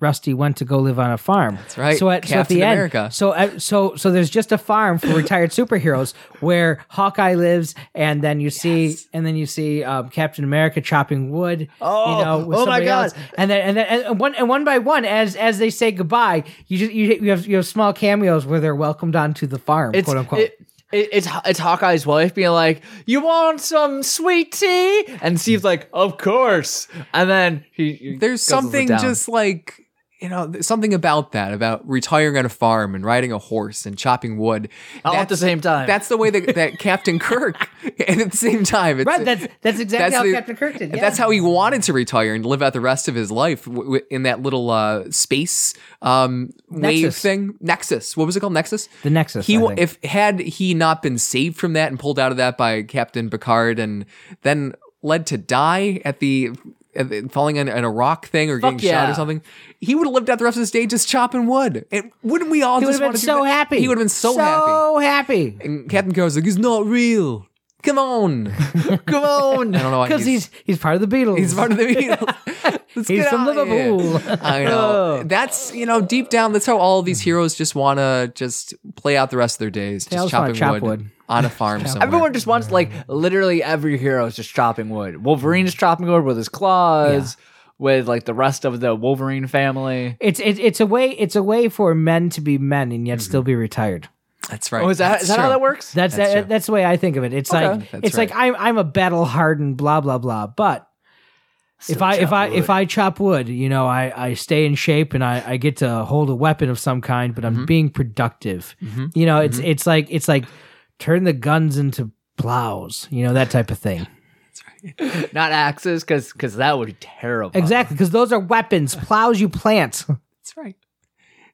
B: Rusty went to go live on a farm. That's
A: Mm-hmm. right.
B: So at, so at
A: Captain
B: the end,
A: America.
B: so at, so so there's just a farm for retired superheroes where Hawkeye lives, and then you see and then you see um, Captain America chopping wood.
C: Oh,
B: you know, with
C: oh my
B: somebody
C: God.
B: else. And then and then and one and one by one, as as they say goodbye, you just you, you have you have small cameos where they're welcomed onto the farm,
C: It's,
B: quote unquote.
C: It, it, it's it's Hawkeye's wife being like, "You want some sweet tea?" And Steve's like, "Of course." And then he, he
A: There's
C: guzzles it
A: something
C: down.
A: just like you know, th- something about that, about retiring on a farm and riding a horse and chopping wood.
C: all
A: That's-
C: at the same time.
A: That's the way that, that Captain Kirk, and at the same time, it's,
B: right. That's that's exactly
A: that's
B: how
A: the-
B: Captain Kirk did. Yeah.
A: That's how he wanted to retire and live out the rest of his life w- w- in that little uh, space um, wave
B: Nexus.
A: thing, Nexus. What was it called? Nexus.
B: the Nexus.
A: He
B: I
A: wa-
B: think.
A: if had he not been saved from that and pulled out of that by Captain Picard and then led to die at the. at the- Falling on, on a rock thing or getting shot
C: yeah.
A: or something, he would have lived out the rest of his day just chopping wood. And wouldn't we all
B: he would
A: just
B: have been
A: want to do
B: so
A: that?
B: happy.
A: He would have been so, happy.
B: so happy.
A: And Captain Kirk's like, "It's not real. Come on, come on." I don't know why
B: because he's he's part of the Beatles.
A: He's part of the Beatles. Let's
B: He's
A: get
B: from
A: out of here.
B: Liverpool.
A: I know. That's you know, deep down, that's how all these heroes just want to just play out the rest of their days, just
B: also wanna
A: chopping
B: chop
A: wood,
B: wood.
A: on a farm somewhere.
C: Everyone just wants like literally every hero is just chopping wood. Wolverine's chopping wood with his claws, with like the rest of the Wolverine family.
B: it's it's it's a way it's a way for men to be men and yet still be retired.
A: that's right.
C: Oh, is that
A: That's
C: is that how
A: true.
C: that works?
B: That's
A: Mm-hmm. That's
B: that's,
A: true.
B: that, that's the way I think of it. It's like
A: That's
B: it's like I'm I'm a battle hardened blah blah blah. But if I if I if I chop wood, you know, I I stay in shape and I I get to hold a weapon of some kind, but I'm
A: Mm-hmm.
B: being productive. You know, it's it's like it's like turn the guns into plows. You know that type of thing.
A: Uh-huh.
C: Not axes, because because that would be terrible.
B: Exactly, because those are weapons. Plows you plant.
A: That's right.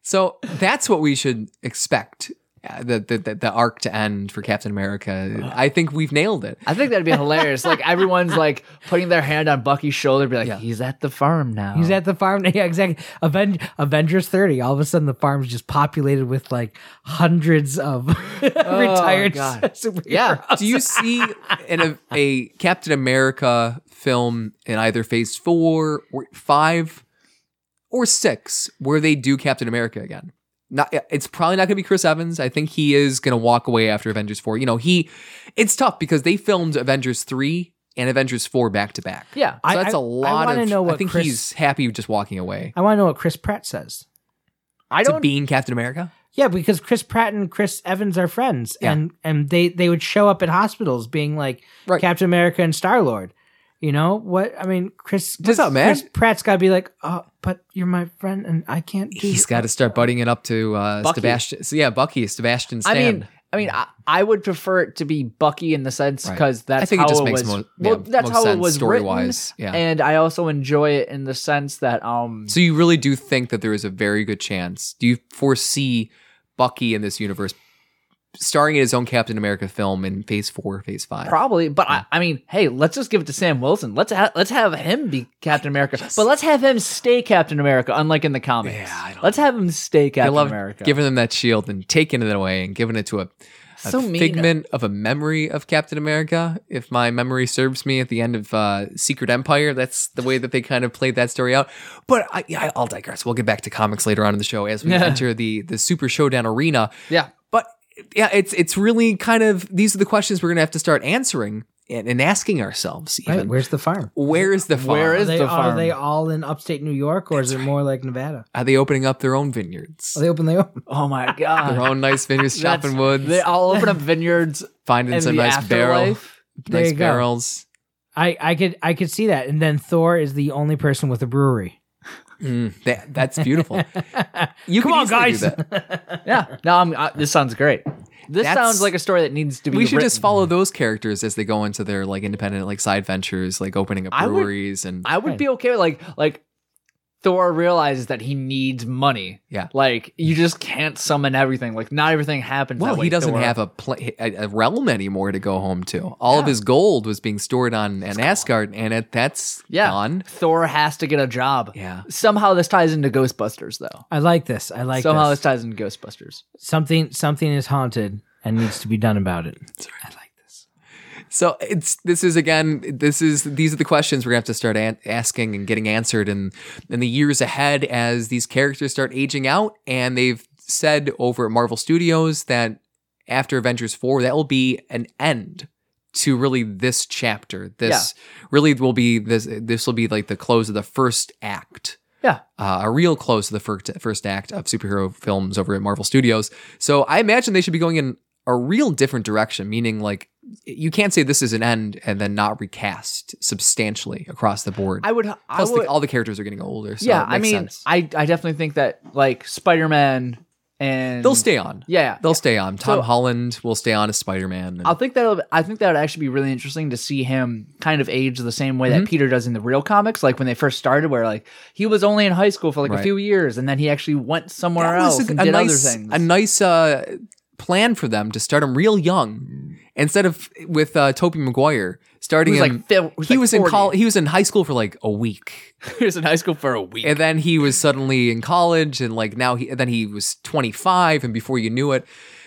A: So that's what we should expect. uh, The, the the the arc to end for Captain America. I think we've nailed it.
C: I think that'd be hilarious. like everyone's like putting their hand on Bucky's shoulder, be like,
A: Yeah.
C: "He's at the farm now."
A: Uh-huh.
B: He's at the farm. Yeah, exactly. Aven- Avengers 30. All of a sudden, the farm's just populated with like hundreds of
A: Oh,
B: retired
C: God.
B: superheroes.
C: yeah.
A: Do you see in a, a Captain America film in either Phase Four or Five or Six where they do Captain America again? Not, it's probably not going to be Chris Evans. I think he is going to walk away after Avengers Four. You know, he it's tough because they filmed Avengers Three and Avengers Four back to back.
C: Yeah.
A: So
B: I-
A: that's a
B: I- I
A: lot
B: wanna
A: of.
B: know
A: I
B: what
A: think
B: Chris-
A: he's happy just walking away
B: I want to know what Chris Pratt says.
C: I
A: to
C: don't.
A: being Captain America.
B: Yeah, because Chris Pratt and Chris Evans are friends,
A: Yeah.
B: and and they they would show up at hospitals being like
A: Right.
B: Captain America and Star Lord. You know what I mean? Chris,
A: What's
B: Chris-
A: up, man?
B: Chris Pratt's got to be like, oh, but you're my friend, and I can't. Do
A: He's got to start butting it up to uh,
C: Bucky.
A: Sebastian. So yeah, Bucky, Sebastian
C: I
A: Stan.
C: mean, I mean, I, I would prefer it to be Bucky in the sense
A: Right.
C: because that's
A: I think it
C: how
A: just
C: it
A: makes
C: was.
A: mo-
C: well,
A: yeah,
C: that's
A: most
C: how it
A: sense
C: was
A: story-wise, yeah.
C: written, and I also enjoy it in the sense that um,
A: So you really do think that there is a very good chance? Do you foresee Bucky in this universe starring in his own Captain America film in Phase Four, Phase Five?
C: Probably, but I, I mean, hey, let's just give it to Sam Wilson. Let's ha- let's have him be Captain America, but let's have him stay Captain America, unlike in the comics.
A: Yeah, I don't-
C: let's have him stay
A: I
C: Captain
A: love
C: America.
A: giving them that shield and taking it away and giving it to a, a
C: So mean.
A: figment of a memory of Captain America. If my memory serves me, at the end of uh, Secret Empire, that's the way that they kind of played that story out. But I, I, I'll digress. We'll get back to comics later on in the show as we
C: Yeah.
A: enter the the Super Showdown arena.
C: yeah,
A: but yeah, it's it's really kind of these are the questions we're gonna have to start answering and, and asking ourselves.
B: Right,
A: Even.
B: where's the farm?
A: where is the farm?
C: Where
B: Are
C: is- Where's
B: they,
C: the
B: are
C: farm?
B: they all in upstate New York, or is it more like Nevada?
A: are they opening up their own vineyards?
B: Are they open? They open.
C: Oh my
A: their
C: god,
A: own nice vineyards,
C: That's-
A: chopping woods,
C: They all open up vineyards
A: finding
C: in the
A: some nice barrel,
C: afterlife.
B: There
A: nice
B: you go.
A: barrels.
B: I, I could I could see that. And then Thor is the only person with a brewery.
A: Mm, that, that's beautiful. You
B: Come
A: could
B: on,
A: easily do
B: guys.
A: that.
C: Yeah, no, I'm, I, this sounds great. This
A: That's-
C: sounds like a story that needs to be.
A: We should
C: written.
A: just follow those characters as they go into their like independent like side ventures, like opening up
C: I would-
A: breweries and
C: I would be okay with like like Thor realizes that he needs money.
A: Yeah.
C: Like you just can't summon everything. Like not everything happens.
A: Well,
C: that way,
A: he doesn't
C: Thor.
A: have a, pla- a a realm anymore to go home to. All of his gold was being stored on an Asgard, and it that's
C: yeah.
A: gone.
C: Thor has to get a job.
A: Yeah.
C: Somehow this ties into Ghostbusters though.
B: I like this. I like
C: Somehow
B: this.
C: this ties into Ghostbusters.
B: something something is haunted and needs to be done about it. I like this.
A: So it's this is again this is these are the questions we're gonna have to start an- asking and getting answered in in the years ahead as these characters start aging out, and they've said over at Marvel Studios that after Avengers four that will be an end to really this chapter. This really will be this this will be like the close of the first act.
C: Yeah.
A: uh, a real close to the first, first act of superhero films over at Marvel Studios. So I imagine they should be going in a real different direction, meaning like you can't say this is an end and then not recast substantially across the board.
C: I would I
A: Plus, the-
C: would
A: all the characters are getting older. So
C: Yeah,
A: it
C: I
A: makes
C: mean
A: sense.
C: I I definitely think that like Spider-Man and
A: they'll stay on.
C: Yeah.
A: They'll stay on. Tom
C: So-
A: Holland will stay on as Spider Man.
C: I think that'll. I think that would actually be really interesting to see him kind of age the same way
A: Mm-hmm.
C: that Peter does in the real comics, like when they first started, where like he was only in high school for like
A: Right.
C: a few years, and then he actually went somewhere else and did
A: nice,
C: other things.
A: a nice uh, plan for them to start him real young instead of with uh, Tobey Maguire starting
C: He was, like,
A: him.
C: fif-
A: he
C: he was, like,
A: was in
C: 40.
A: col- He was in high school for like a week.
C: he was in high school for a week.
A: and then he was suddenly in college and like now he then he was 25 and before you knew it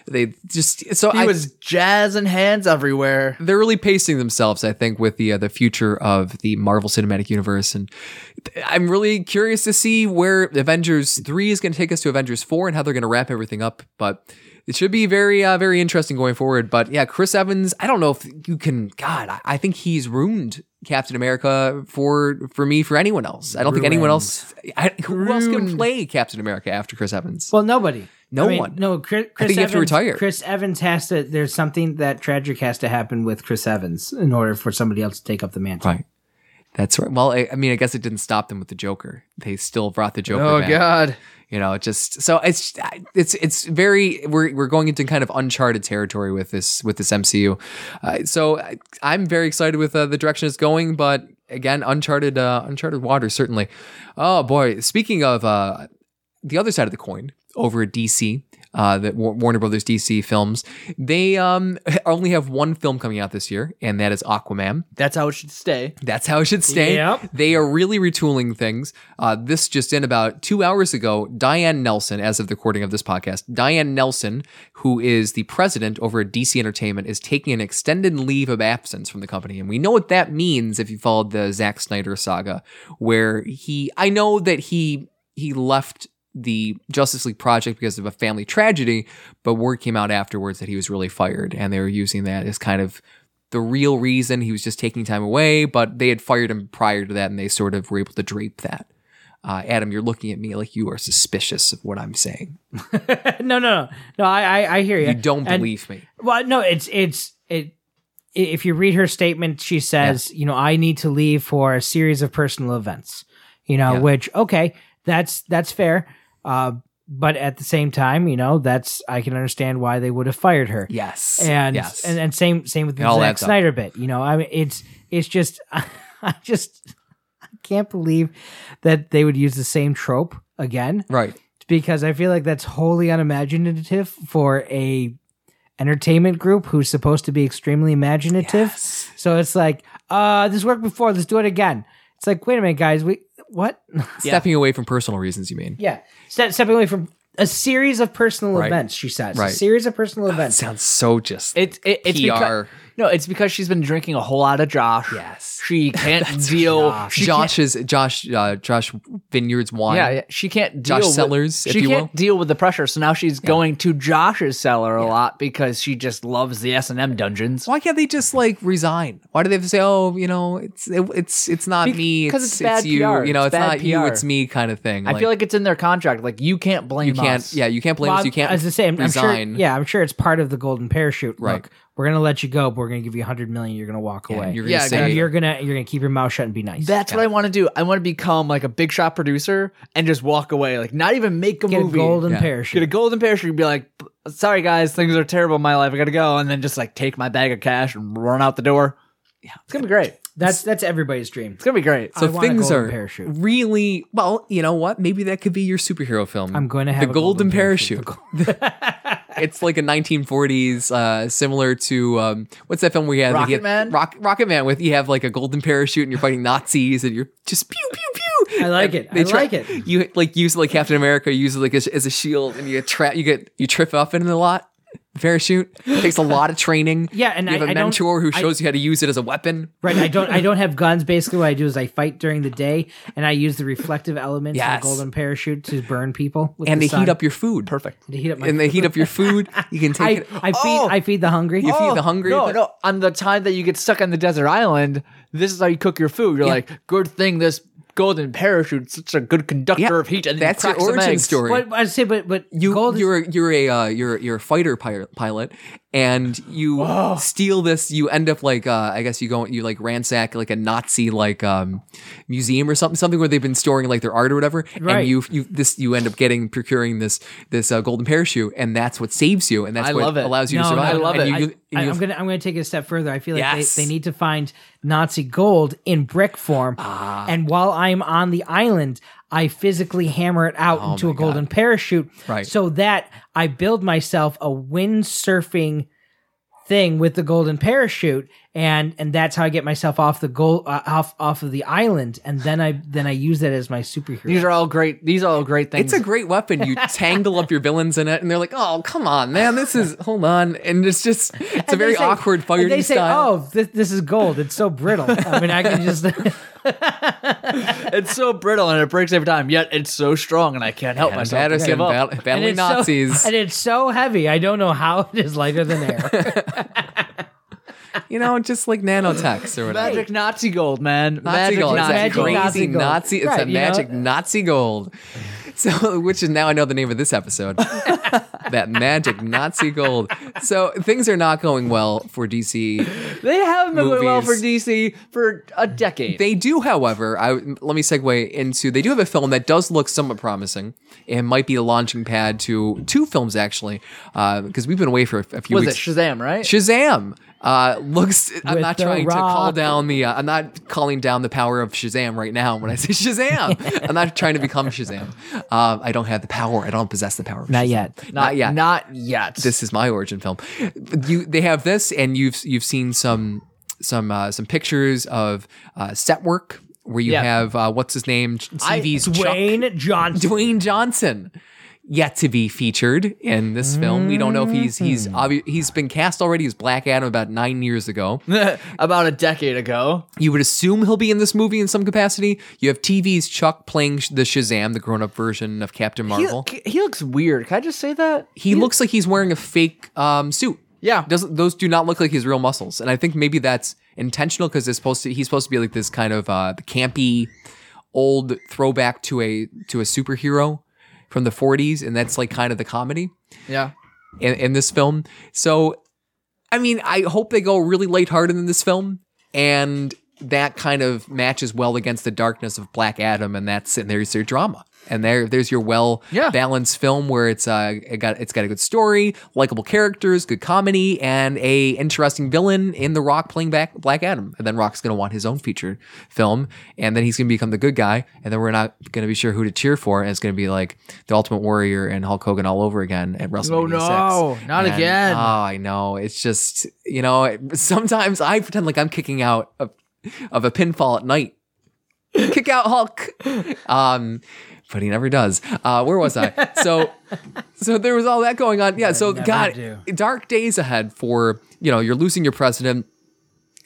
A: they just so
C: he
A: I,
C: was jazzing hands everywhere.
A: they're really pacing themselves i think with the uh, the future of the marvel cinematic universe and th- i'm really curious to see where avengers 3 is going to take us to avengers 4 and how they're going to wrap everything up but it should be very uh, very interesting going forward but yeah chris evans i don't know if you can god i, I think he's ruined captain america for for me for anyone else i don't think anyone
B: Ruined.
A: else I, who else can
C: Ruined.
A: play captain america after chris evans
B: Well, nobody.
A: No
B: I mean,
A: one.
B: No, Chris, Chris
A: think
B: Evans,
A: you have to retire.
B: Chris Evans has to. There's something that tragic has to happen with Chris Evans in order for somebody else to take up the mantle.
A: right that's right. Well, I, I mean, I guess it didn't stop them with the Joker. They still brought the Joker.
C: Oh
A: back.
C: God!
A: you know it just so it's it's it's very we're we're going into kind of uncharted territory with this with this MCU uh, so I, I'm very excited with uh, the direction it's going but again uncharted uh, uncharted waters certainly oh boy speaking of uh the other side of the coin over at DC uh, that Wa- Warner Brothers DC films, they um, only have one film coming out this year, and that is Aquaman.
C: That's how it should stay.
A: That's how it should stay.
B: Yep.
A: They are really retooling things. Uh, this just in about two hours ago, Diane Nelson, as of the recording of this podcast, Diane Nelson, who is the president over at DC Entertainment, is taking an extended leave of absence from the company. And we know what that means if you followed the Zack Snyder saga, where he, I know that he, he left the Justice League project because of a family tragedy, but word came out afterwards that he was really fired. And they were using that as kind of the real reason he was just taking time away, but they had fired him prior to that and they sort of were able to drape that. Uh, Adam, you're looking at me like you are suspicious of what I'm saying.
B: no, no, no, no. I, I, I hear you.
A: You don't
B: And-
A: believe me.
B: Well, no, it's it's it. i- If you read her statement, she says, you know, I need to leave for a series of personal events. You know,
A: Yeah.
B: which okay, that's that's fair. Uh, but at the same time, you know, that's I can understand why they would have fired her.
A: Yes.
B: And,
A: yes.
B: and and same same with the
A: It all
B: Zack
A: adds up.
B: Snyder bit. You know, I mean, it's it's just I just I can't believe that they would use the same trope again
A: right.
B: because I feel like that's wholly unimaginative for a entertainment group who's supposed to be extremely imaginative.
A: Yes.
B: So it's like, uh, this worked before, let's do it again. It's like, wait a minute, guys, we what?
A: Stepping away from personal reasons, you mean?
B: yeah, Ste- stepping away from a series of personal
A: Right.
B: events. She says,
A: Right.
B: a series of personal
A: That
B: events.
A: sounds so just
C: It's it, it's
A: PR.
C: because, no, it's because she's been drinking a whole lot of Josh.
A: Yes.
C: she can't deal. she can't-
A: Josh's Josh uh, Josh Vineyards wine.
C: Yeah, yeah, she can't deal
A: Josh
C: with,
A: Sellers,
C: She
A: if you
C: can't
A: will.
C: deal with the pressure, so now she's going to Josh's cellar a lot because she just loves the S and M dungeons.
A: Why can't they just like resign? Why do they have to say, "Oh, you know, it's it, it's it's not me, it's,
C: 'cause it's bad
A: you,
C: PR.
A: you know,
C: It's
A: it's,
C: bad
A: not you,
C: PR.
A: it's me," kind of thing.
C: I feel like it's in their contract. Like you can't blame
A: you can't.
C: us.
A: Yeah, you can't blame
B: Well,
A: us. You can't.
B: as I say, I'm, I'm sure.
A: resign.
B: Yeah, I'm sure it's part of the golden parachute.
A: Right.
B: Look, we're gonna let you go, but we're gonna give you 100 million. You're gonna walk away.
A: And you're
B: You're,
A: gonna
C: Yeah,
A: say,
B: you're gonna you're gonna keep your mouth shut and be nice.
C: That's what I want to do. I want to become like a big shot producer and just walk away, like not even make a
B: Get
C: movie.
B: a golden
A: Yeah.
B: parachute.
C: Get a golden parachute. and Be like, sorry guys, things are terrible in my life. I gotta go, and then just like take my bag of cash and run out the door. Yeah, it's gonna be great.
B: That's that's everybody's dream.
C: It's gonna be great.
A: So
B: I want a
A: things
B: golden
A: are
B: parachute.
A: really well. You know what? Maybe that could be your superhero film.
B: I'm going to have
A: the
B: a
A: golden,
B: golden
A: parachute.
B: parachute.
A: it's like a 1940s, uh, similar to um, what's that film we had?
C: Rocket
A: You had-
C: Man?
A: Rock, Rocket Man. With you have like a golden parachute and you're fighting Nazis and you're just pew pew pew.
B: I like
A: And
B: it.
A: they
B: I like it.
A: You like use it like Captain America. Use it like as, as a shield and you get trap. You get you trip up in it a lot. Parachute it takes a lot of training.
B: Yeah, and
A: you have a
B: I- I don't-
A: mentor who
B: I-
A: shows you how to use it as a weapon.
B: Right. I don't I don't have guns. Basically what I do is I fight during the day and I use the reflective elements
A: Yes.
B: of the golden parachute to burn people with
A: And
B: the
A: they
B: sun.
A: heat up your food. Perfect.
B: to heat up my
A: And they heat up your food. You can
B: I,
A: take it. Oh!
B: I feed I feed the hungry. Oh!
A: You feed the hungry.
C: No, no. On the time that you get stuck on the desert island, this is how you cook your food. You're like, good thing this golden parachute's such a good conductor
A: Yeah,
C: of heat. And
A: that's your
C: cracks some
A: origin
C: eggs.
A: story.
B: But I say but but
A: you
B: gold is-
A: you're you're a uh, you're you're a fighter pilot, pilot and you steal this you end up like uh, I guess you go you like ransack like a Nazi like um, museum or something something where they've been storing like their art or whatever
B: Right.
A: and you you this you end up getting procuring this this uh, golden parachute and that's what saves you and that's
C: I
A: what
C: love it.
A: allows you to
B: No,
A: survive
B: no,
C: I love
A: And
C: it.
A: you-
B: I,
A: you- and you-
B: am gonna I'm gonna take it a step further. I feel like
A: Yes.
B: they, they need to find Nazi gold in brick form,
A: Ah.
B: and while I'm on the island, I physically hammer it out into a golden parachute,
A: Oh Right.
B: So that I build myself a windsurfing thing with the golden parachute, and and that's how I get myself off the gold uh, off off of the island, and then I then I use that as my superhero.
C: These are all great. These are all great things.
A: It's a great weapon. You tangle up your villains in it, and they're like, "Oh, come on, man! This is hold on." And it's just it's a
B: And they
A: very
B: say-
A: awkward
B: and
A: fighting
B: They say,
A: style.
B: "Oh, this, this is gold. It's so brittle. I mean, I can just."
C: it's so brittle and it breaks every time. Yet it's so strong, and I can't help myself. to
A: Madison
C: give up.
A: battle- battling
B: it's so-
A: Nazis.
B: and it's so heavy. I don't know how it is lighter than air.
A: you know, just like nanotechs or whatever.
C: Magic Nazi gold, man.
A: Nazi
C: Magic
A: gold. It's
C: Nazi
A: that
B: Magic
C: gold.
B: Nazi
A: crazy Nazi.
B: gold.
A: It's
B: Right,
A: a
B: you know?
A: magic Nazi gold. So, which is now I know the name of this episode. that magic Nazi gold. So things are not going well for DC.
C: They haven't been going well for
A: Movies.
C: DC for a decade.
A: They do, however, I let me segue into. They do have a film that does look somewhat promising. It might be a launching pad to two films actually, because we've been away for a, a few
C: was it
A: weeks.
C: Shazam, right?
A: Shazam uh, looks. I'm
B: With
A: not
B: The
A: trying to call
B: Rock.
A: down the. Uh, I'm not calling down the power of Shazam right now. When I say Shazam, I'm not trying to become Shazam. Um, I don't have the power. I don't possess the power. Of Shazam.
B: yet.
A: Not yet.
C: Not yet.
A: This is my origin film. You. They have this, and you've you've seen some some uh, some pictures of uh, set work where you
C: Yeah.
A: have uh, what's his name CV's Chuck.
B: Dwayne Johnson.
A: Dwayne Johnson yet to be featured in this film. We don't know if he's
C: Hmm.
A: he's obvi- he's been cast already as Black Adam about 9 years ago.
C: about a decade ago.
A: You would assume he'll be in this movie in some capacity. You have TV's Chuck playing sh- the Shazam, the grown-up version of Captain
C: He,
A: Marvel.
C: he looks weird. Can I just say that?
A: He, looks like he's wearing a fake um, suit.
C: Yeah.
A: Doesn't those do not look like his real muscles. And I think maybe that's intentional cuz it's supposed to he's supposed to be like this kind of uh campy old throwback to a to a superhero from the 40s and that's like kind of the comedy.
C: Yeah.
A: in, in this film. So, I mean, I hope they go really lighthearted in this film, and that kind of matches well against the darkness of Black Adam, and that's and there's their drama, and there there's your well
C: Yeah.
A: balanced film where it's uh it got it's got a good story, likable characters, good comedy, and a interesting villain in The Rock playing back Black Adam, and then Rock's gonna want his own featured film, and then he's gonna become the good guy, and then we're not gonna be sure who to cheer for, and it's gonna be like the Ultimate Warrior and Hulk Hogan all over again at WrestleMania.
C: Oh, no.
A: 86.
C: Not again.
A: Oh, I know. It's just you know. it- Sometimes I pretend like I'm kicking out of, of a pinfall at night. Kick out Hulk. Um, but he never does. Uh, where was I? So, so there was all that going on. Yeah. So
B: never
A: God,
B: do.
A: dark days ahead for you know. You're losing your president.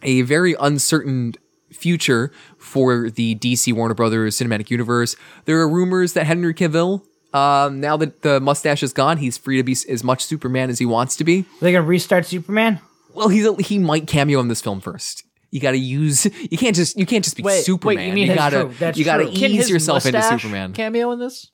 A: A very uncertain future for the DC Warner Brothers cinematic universe. There are rumors that Henry Cavill, um, now that the mustache is gone, he's free to be s- as much Superman as he wants to be.
B: They're gonna restart Superman.
A: Well, he's a, he might cameo in this film first. You got to use. You can't just. You can't just be
C: Wait, wait,
A: Superman.
C: you mean his-
A: gotta.
B: true, that's
A: you gotta
B: true.
C: Can
A: ease
C: his
A: yourself into
C: mustache
A: Superman.
C: Cameo in this?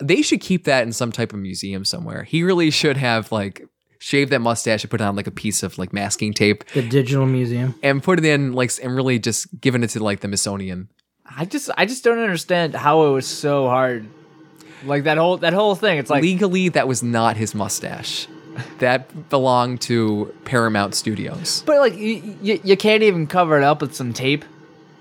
A: They should keep that in some type of museum somewhere. He really should have like shaved that mustache and put it on like a piece of like masking tape
B: The digital museum.
A: and put it in like s- and really just given it to like the Smithsonian.
C: I just I just don't understand how it was so hard. Like that whole that whole thing. It's like
A: Legally, that was not his mustache. That belonged to Paramount Studios.
C: but like you, you, you can't even cover it up with some tape.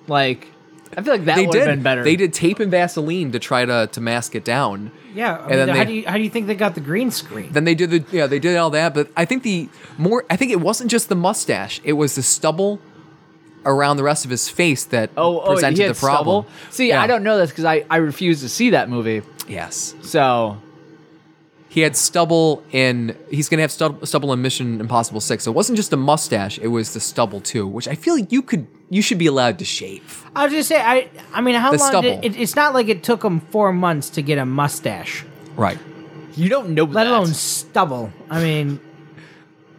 C: Like, I feel like that
A: They
C: would have
A: did.
C: been better.
A: They did tape and Vaseline to try to to mask it down.
B: Yeah, I
A: And
B: mean,
A: then
B: how
A: they-
B: do you how do you think they got the green screen?
A: Then they did the yeah they did all that, but I think the more I think it wasn't just the mustache; it was the stubble around the rest of his face that
C: Oh, oh,
A: presented
C: he had
A: the problem.
C: stubble? See,
A: Yeah.
C: I don't know this because I I refuse to see that movie.
A: Yes,
C: So
A: he had stubble in. He's gonna have stub, stubble in Mission Impossible Six. So it wasn't just the mustache; it was the stubble too, which I feel like you could you should be allowed to shave.
B: I was just say I I mean how
A: The
B: long
A: stubble.
B: did it, it's not like it took them 4 months to get a mustache,
A: Right.
C: you don't know.
B: let
C: that.
B: alone stubble. I mean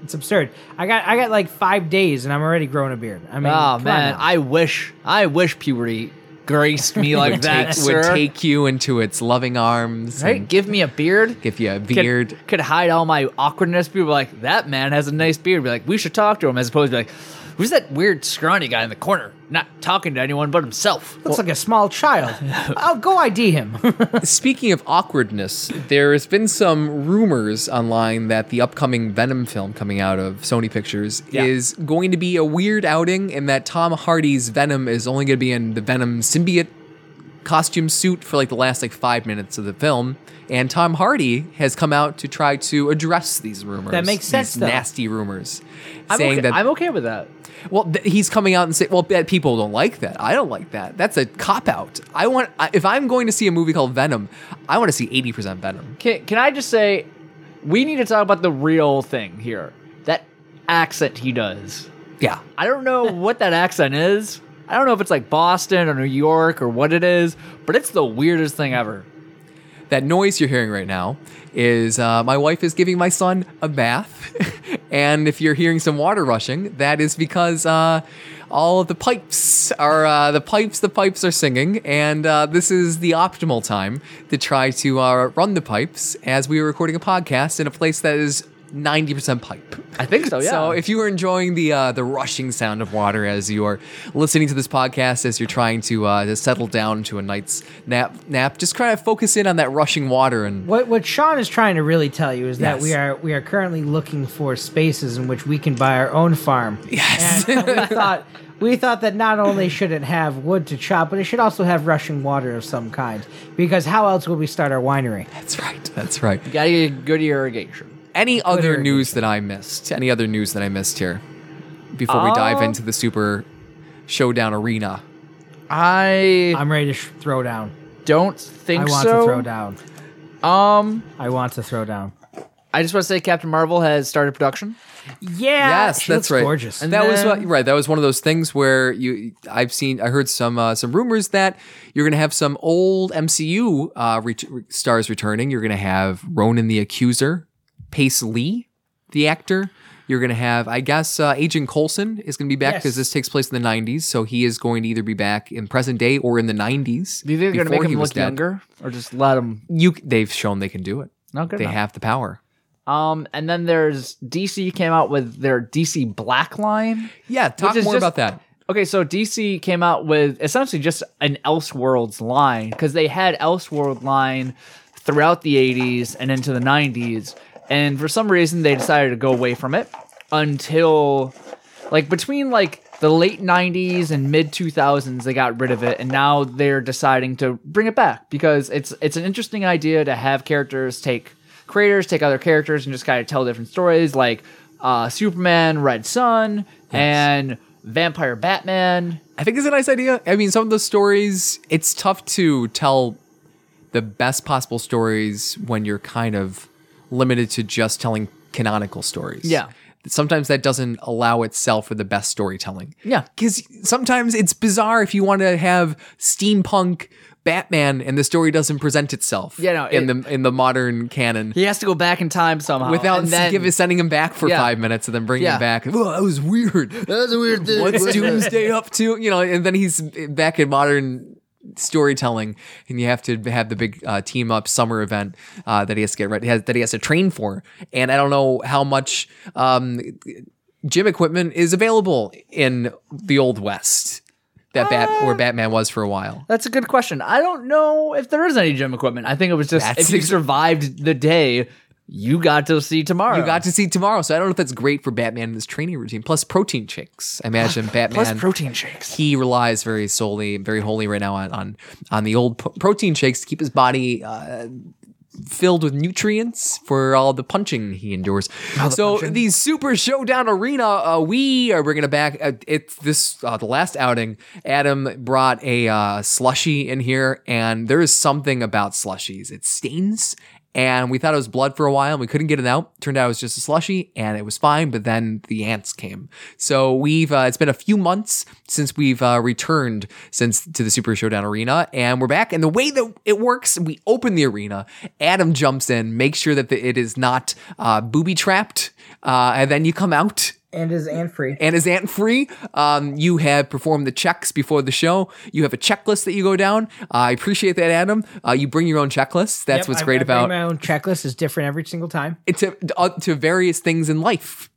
B: it's absurd. I got I got like 5 days and I'm already growing a beard. I mean
C: Oh
B: come on
C: man,
B: now.
C: I wish I wish puberty graced me like
A: Take,
C: that, sir.
A: would take you into its loving arms.
C: Right?
A: and
C: Give me a beard.
A: give you a
C: Could-
A: beard.
C: Could, hide all my awkwardness. People were like, that man has a nice beard. Be like, we should talk to him, as opposed to like, who's that weird scrawny guy in the corner, not talking to anyone but himself.
B: looks like a small child. I'll go ID him.
A: Speaking of awkwardness, there has been some rumors online that the upcoming Venom film coming out of Sony Pictures
C: Yeah.
A: is going to be a weird outing, and that Tom Hardy's Venom is only going to be in the Venom symbiote costume suit for like the last like five minutes of the film. And Tom Hardy has come out to try to address these rumors.
B: That makes sense,
A: These
B: though.
A: nasty rumors,
C: I'm
A: saying
C: okay,
A: that
C: I'm okay with that.
A: well, th- he's coming out and saying, "Well, that people don't like that. I don't like that. That's a cop out. I want I- if I'm going to see a movie called Venom, I want to see 80% Venom."
C: Can Can I just say, we need to talk about the real thing here. That accent he does.
A: Yeah,
C: I don't know what that accent is. I don't know if it's like Boston or New York or what it is, but it's the weirdest thing ever.
A: that noise you're hearing right now is uh, my wife is giving my son a bath, and if you're hearing some water rushing, that is because uh, all of the pipes are uh, the pipes. The pipes are singing, and uh, this is the optimal time to try to uh, run the pipes as we are recording a podcast in a place that is 90% pipe.
C: I think so. Oh, Yeah.
A: So if you are enjoying the uh, the rushing sound of water as you are listening to this podcast, as you're trying to uh, to settle down to a night's nap, nap, just try to focus in on that rushing water and
B: What what Sean is trying to really tell you is that
A: Yes.
B: we are we are currently looking for spaces in which we can buy our own farm.
A: Yes.
B: And we thought we thought that not only should it have wood to chop, but it should also have rushing water of some kind. Because how else would we start our winery?
A: that's right, that's right.
C: you gotta go to your irrigation.
A: Any other
B: irrigation.
A: news that I missed? Any other news that I missed here before we dive
C: Um,
A: into the super showdown arena?
C: I
B: I'm ready to sh- throw down.
C: don't think
B: I want
C: so.
B: to throw down.
C: Um,
B: I want to throw down.
C: I just want to say Captain Marvel has started production.
B: Yeah,
A: yes,
B: she
A: that's
B: looks
A: right.
B: Gorgeous.
A: And that was
C: then-
A: what, right. That was one of those things where you, I've seen, I heard some uh, some rumors that you're going to have some old MCU uh, ret- re- stars returning. You're going to have Ronan the Accuser, Pace Lee, the actor. You're going to have, I guess, uh, Agent Coulson is going to be back
B: Yes.
A: because this takes place in the '90s, so he is going to either be back in present day or in the '90s.
C: Do you think they're gonna
A: before
C: make
A: he
C: him
A: was
C: look
A: dead.
C: younger, or just let him?
A: You, they've shown they can do it.
C: No, good.
A: They
C: enough.
A: have the power.
C: Um, and then there's DC came out with their DC Black line.
A: Yeah, talk
C: is
A: more
C: just-
A: about that.
C: Okay, so DC came out with essentially just an Elseworlds line because they had Elseworld line throughout the 80s and into the 90s, and for some reason they decided to go away from it until like between like the late 90s and mid 2000s they got rid of it and now they're deciding to bring it back because it's it's an interesting idea to have characters take creators take other characters and just kind of tell different stories like uh, superman red sun and vampire batman
A: I think it's a nice idea. I mean, some of the stories, it's tough to tell the best possible stories when you're kind of limited to just telling canonical stories.
C: Yeah.
A: Sometimes that doesn't allow itself for the best storytelling.
C: Yeah.
A: Because sometimes it's bizarre if you want to have steampunk Batman and the story doesn't present itself
C: Yeah, no,
A: in the in the modern canon.
C: he has to go back in time somehow
A: Without
C: and then-
A: give sending him back for
C: Yeah.
A: five minutes and then bringing
C: Yeah.
A: him back. Whoa, that was weird.
D: That's a weird thing.
A: What's
D: What's
A: Doomsday up to? You know, and then he's back in modern storytelling, and you have to have the big uh, team up summer event uh, that he has to get ready, has, that he has to train for. And I don't know how much um, gym equipment is available in the old west that Bat where Batman was for a while.
C: That's a good question. I don't know if there is any gym equipment. I think it was just
A: That's
C: if you
A: ex-
C: survived the day, you got to see tomorrow.
A: You got to see tomorrow, so I don't know if that's great for Batman in his training routine. Plus protein shakes. I imagine Batman.
C: plus protein shakes.
A: he relies very solely, very wholly right now on on, on the old p- protein shakes to keep his body uh, filled with nutrients for all the punching he endures. so the Super Showdown Arena, uh, we are bringing it back. Uh, it's this uh, the last outing. Adam brought a uh, slushy in here, and there is something about slushies. It stains. And we thought it was blood for a while and we couldn't get it out. Turned out it was just a slushy and it was fine, but then the ants came. So we've, uh, it's been a few months since we've uh, returned since to the Super Showdown Arena and we're back. And the way that it works, we open the arena, Adam jumps in, makes sure that the, it is not uh, booby trapped, uh, and then you come out
B: And is ant free.
A: and is ant free. Um, you have performed the checks before the show. You have a checklist that you go down. I appreciate that, Adam. Uh, you bring your own checklist. That's
B: Yep,
A: what's
B: I-
A: great
B: I bring
A: about
B: my own checklist is different every single time.
A: to uh, to various things in life.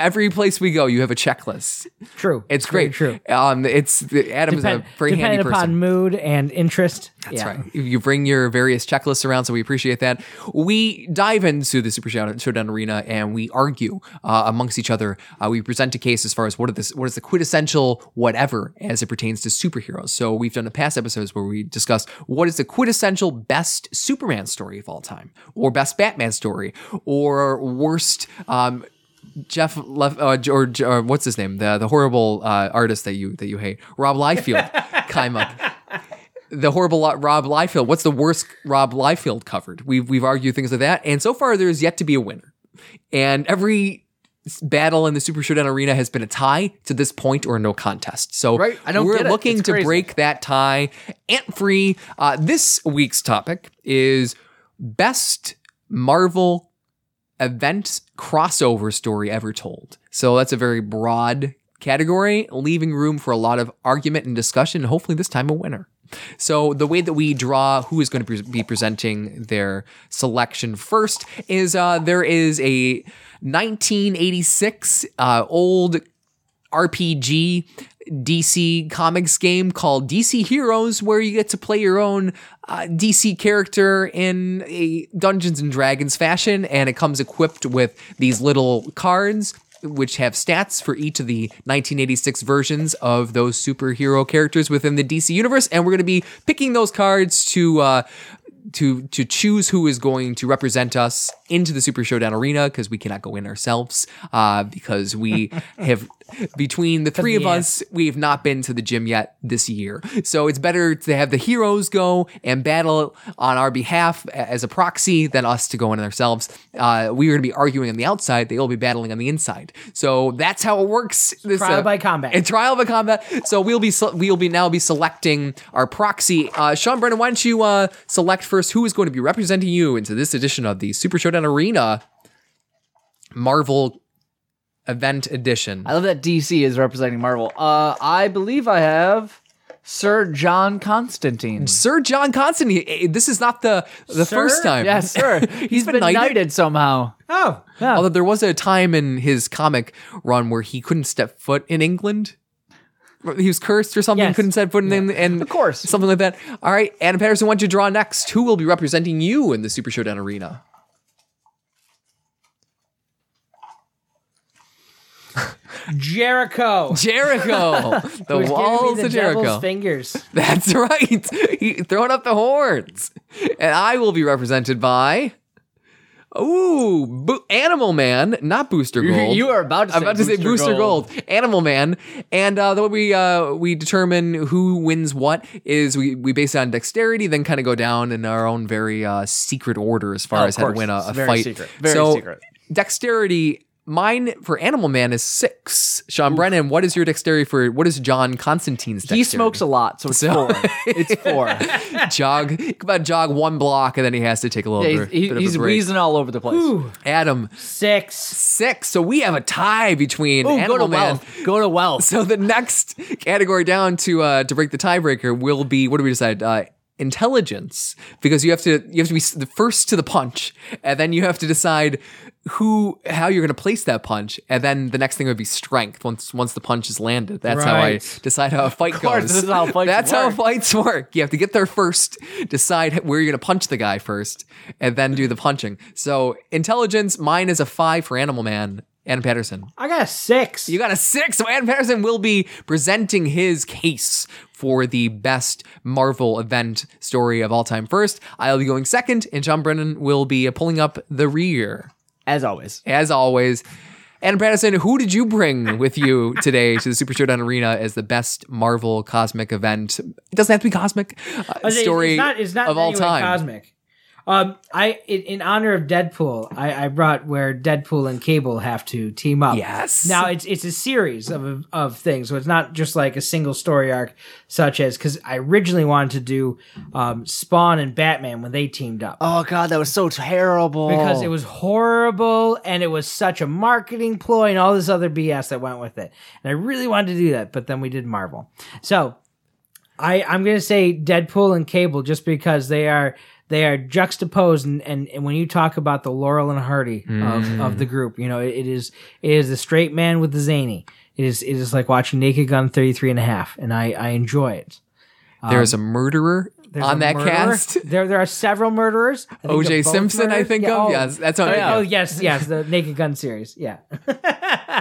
A: Every place we go, you have a checklist.
B: True.
A: It's
B: very
A: great.
B: True.
A: Um, it's Adam's
B: Depend,
A: a very handy
B: depending
A: person.
B: upon mood and interest.
A: That's
B: yeah.
A: right. You- You bring your various checklists around, so we appreciate that. We dive into the Super Showdown Showdown Arena and we argue uh, amongst each other. Uh, we present a case as far as what, are this, what is the quintessential whatever as it pertains to superheroes. So we've done the past episodes where we discuss what is the quintessential best Superman story of all time, or best Batman story, or worst. Um, Jeff Lef- uh, J- or, J- or what's his name? The the horrible uh, artist that you that you hate, Rob Liefeld, Kaimuck the horrible Lo- Rob Liefeld. What's the worst Rob Liefeld covered? We've we've argued things like that, and so far there is yet to be a winner. And every s- battle in the Super Showdown Arena has been a tie to this point or no contest. So
C: Right. I don't
A: we're
C: get it.
A: looking
C: It's
A: to
C: crazy.
A: break that tie. Ant free. Uh, this week's topic is best Marvel event crossover story ever told. So that's a very broad category, leaving room for a lot of argument and discussion, and hopefully this time a winner. So the way that we draw who is going to be presenting their selection first is uh, there is a 1986 uh, old RPG DC comics game called DC Heroes, where you get to play your own uh, DC character in a Dungeons and Dragons fashion, and it comes equipped with these little cards. Which have stats for each of the 1986 versions of those superhero characters within the DC universe, and we're going to be picking those cards to uh, to to choose who is going to represent us into the Super Showdown arena because we cannot go in ourselves uh, because we have between the three of
B: the
A: us we have not been to the gym yet this year so it's better to have the heroes go and battle on our behalf a- as a proxy than us to go in ourselves uh, we are going to be arguing on the outside they will be battling on the inside so that's how it works this
B: Trial
A: uh,
B: by combat.
A: and trial of a combat. So we'll be se- we'll be now be selecting our proxy. Uh, Sean Brennan, why don't you uh, select first who is going to be representing you into this edition of the Super Showdown Arena Marvel Event Edition?
C: I love that DC is representing Marvel. Uh, I believe I have Sir John Constantine.
A: Sir John Constantine. eh, This is not the the
B: Sir?
A: first time.
C: Yes, sir.
A: He's
C: He's been knighted, somehow.
B: Oh,
A: Although there was a time in his comic run where he couldn't step foot in England. He was cursed or something,
B: Yes.
A: couldn't step foot in England. And
C: Of course.
A: Something like that. All right, Adam Patterson, why don't you draw next? Who will be representing you in the Super Showdown Arena?
B: Jericho.
A: Jericho! the
B: Who's giving me
A: walls
B: the
A: of
B: devil's
A: Jericho.
B: fingers.
A: That's right. He, throwing up the horns. And I will be represented by. Ooh, Bo- Animal Man, not Booster
C: You-
A: Gold.
C: You are about to
A: I'm about to say Booster Gold, Animal Man, and uh, the way we uh, we determine who wins what is we, we base it on dexterity, then kind of go down in our own very uh, secret order as far
C: Oh, of
A: as how to
C: course.
A: win a,
C: It's
A: a
C: very
A: fight.
C: secret. Very
A: so
C: secret.
A: dexterity. Mine for Animal Man is six. Sean Brennan, what is your dexterity for? What is John Constantine's? Dexterity?
C: He smokes a lot, so it's
A: So-
C: four. It's four. yeah,
A: jog, come on, jog one block, and then he has to take a little
C: he's
A: bit,
C: he-
A: bit
C: he's
A: of a break.
C: wheezing all over the place.
B: Ooh,
A: Adam
B: six.
A: six. So we have a tie between
C: Ooh,
A: Animal
C: go to
A: Man.
C: wealth. Go to wealth.
A: So the next category down to uh, to break the tiebreaker will be what do we decide? Uh, intelligence because you have to you have to be s- the first to the punch and then you have to decide who how you're going to place that punch and then the next thing would be strength once once the punch is landed that's how i
B: Right.
A: decide how a fight
C: course,
A: goes
C: this is how fights
A: that's how
C: work.
A: fights work you have to get there first decide where you're going to punch the guy first and then do the punching so intelligence mine is a 5 for animal man and patterson
B: I got a six.
A: you got a six. So Ann Patterson will be presenting his case for the best Marvel event story of all time first. I'll be going second, and John Brennan will be pulling up the rear.
C: As always.
A: As always, Ann Patterson, who did you bring with you today to the Super Showdown Arena as the best Marvel cosmic event? It doesn't have to be cosmic uh,
B: I was saying,
A: story
B: it's not, it's not
A: of
B: in any
A: all
B: way
A: time.
B: Cosmic. Um, I in, in honor of Deadpool, I, I brought where Deadpool and Cable have to team up.
A: Yes.
B: Now it's it's a series of of things, so it's not just like a single story arc, such as because I originally wanted to do um, Spawn and Batman when they teamed up
C: Oh god, that was so terrible.
B: because it was horrible and it was such a marketing ploy and all this other BS that went with it. And I really wanted to do that, but then we did Marvel. So I I'm gonna say Deadpool and Cable just because they are they are juxtaposed and, and, and when you talk about the Laurel and Hardy of, of the group, you know, it, it is it is the straight man with the zany. It is it is like watching Naked Gun 33 and a half, and I, I enjoy it.
A: There's a murderer
B: Um, There's
A: on
B: a
A: that
B: murderer.
A: cast.
B: There there are several murderers. I think
A: O.J.
B: they're both
A: Simpson, I
B: murdered.
A: think
B: Yeah,
A: of.
B: oh,
A: yes, that's what
B: Oh,
A: I
B: yeah.
A: think
B: Oh,
A: of.
B: yes, yes, the Naked Gun series. Yeah,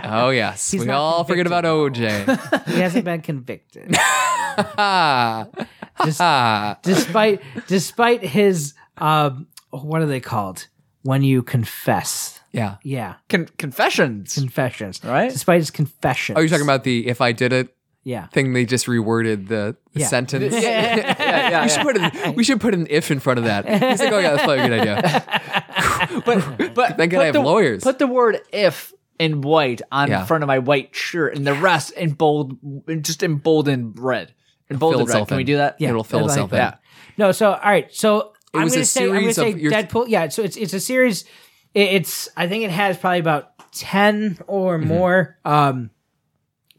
A: Oh, yes.
B: He's
A: we
B: not
A: all forget about OJ.
B: he hasn't been convicted,
A: Ah.
B: Des-
A: Ah.
B: despite despite his um, what are they called when you confess?
A: Yeah.
B: Yeah,
C: Con- confessions.
B: confessions.
C: Right?
B: Despite his confession.
A: Are you Oh, talking about the if I did it
B: Yeah.
A: thing? They just reworded the, the
B: Yeah.
A: sentence.
C: yeah, yeah,
A: we should put an, we should put an if in front of that. He's like, oh yeah, that's probably a good idea.
C: but but
A: Thank God
C: put
A: I have
C: the,
A: lawyers.
C: Put the word if in white on
A: Yeah.
C: front of my white shirt and the rest in bold just emboldened red. Emboldened red.
A: itself
C: Can we
A: in.
C: do that?
A: Yeah. It'll fill
B: I like
A: itself in.
B: that. No, so all right, so I'm
A: was
B: gonna
A: a
B: say I'm gonna
A: series of
B: say
A: your-
B: Deadpool. Yeah, so it's it's a series. It, it's I think it has probably about ten or
A: Mm-hmm.
B: more um,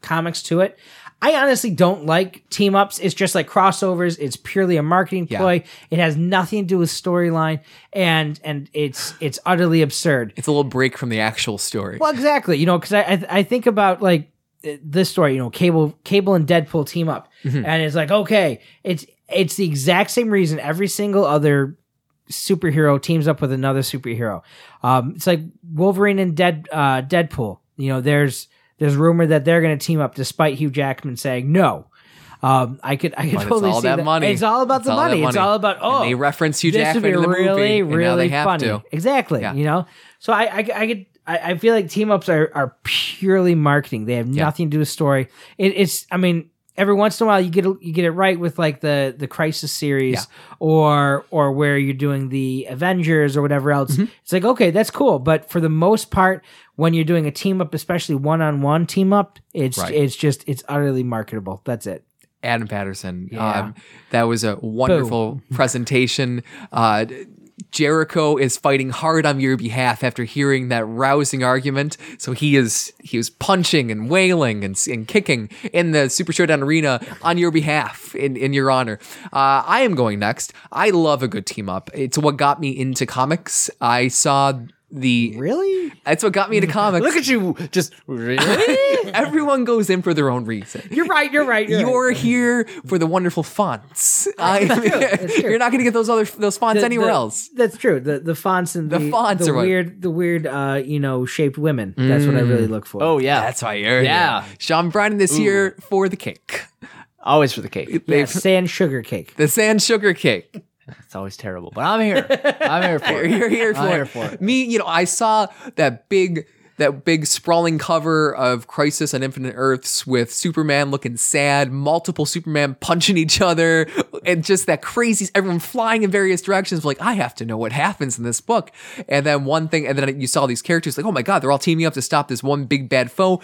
B: comics to it. I honestly don't like team ups. It's just like crossovers. It's purely a marketing ploy. It has nothing to do with storyline, and and it's it's utterly absurd.
A: It's a little break from the actual story.
B: Well, exactly. You know, because I, I I think about like uh, this story. You know, Cable Cable and Deadpool team up,
A: Mm-hmm.
B: and it's like okay, it's it's the exact same reason every single other superhero teams up with another superhero. Um, it's like Wolverine and Dead uh, Deadpool. You know, there's there's rumor that they're going to team up, despite Hugh Jackman saying no. Um, I could I could
A: But it's
B: totally
A: all
B: see
A: that money.
B: It's all about
A: It's
B: the
A: all that
B: money. It's
A: money.
B: all about oh,
A: and they reference Hugh
B: this would
A: Jackman
B: be
A: in the movie,
B: really,
A: and now they
B: really
A: have
B: funny.
A: to.
B: Exactly.
A: Yeah.
B: You know, so I, I, I could, I, I feel like team ups are, are purely marketing. They have nothing to do with story. It, it's, I mean, every once in a while you get it- you get it right with like the the Crisis series or or where you're doing the Avengers or whatever else.
A: Mm-hmm.
B: It's like okay, that's cool, but for the most part, when you're doing a team up, especially one on one team up, it's
A: Right.
B: it's just it's utterly marketable. That's it.
A: Adam Patterson.
B: Yeah.
A: Um, that was a wonderful presentation. Uh, Jericho is fighting hard on your behalf after hearing that rousing argument. So he is he was punching and wailing and, and kicking in the Super Showdown arena on your behalf in in your honor. Uh, I am going next. I love a good team up. It's what got me into comics. I saw the
B: Really?
A: that's what got me into comics.
C: Look at you just really
A: Everyone goes in for their own reason.
B: You're right. You're right. You're, right.
A: You're here for the wonderful fonts. I, you're not going to get those other those fonts
B: the-
A: anywhere
B: the-
A: else.
B: That's true. The the fonts and the, the
A: fonts are what-
B: weird the weird uh you know shaped women. That's what I really
A: Mm.
B: look for.
C: Oh yeah.
A: That's why you're
C: Yeah.
A: here. Sean Brennan this year for the cake,
C: always for the cake.
B: yeah, sand sugar cake.
A: the sand sugar cake.
C: It's always terrible. But I'm here. I'm here for it.
A: You're here for,
C: I'm
A: it.
C: here for it.
A: me. You know, I saw that big. That big sprawling cover of Crisis on Infinite Earths with Superman looking sad, multiple Superman punching each other, and just that crazy everyone flying in various directions. Like, I have to know what happens in this book. And then one thing, and then you saw these characters, like, oh my God, they're all teaming up to stop this one big bad foe.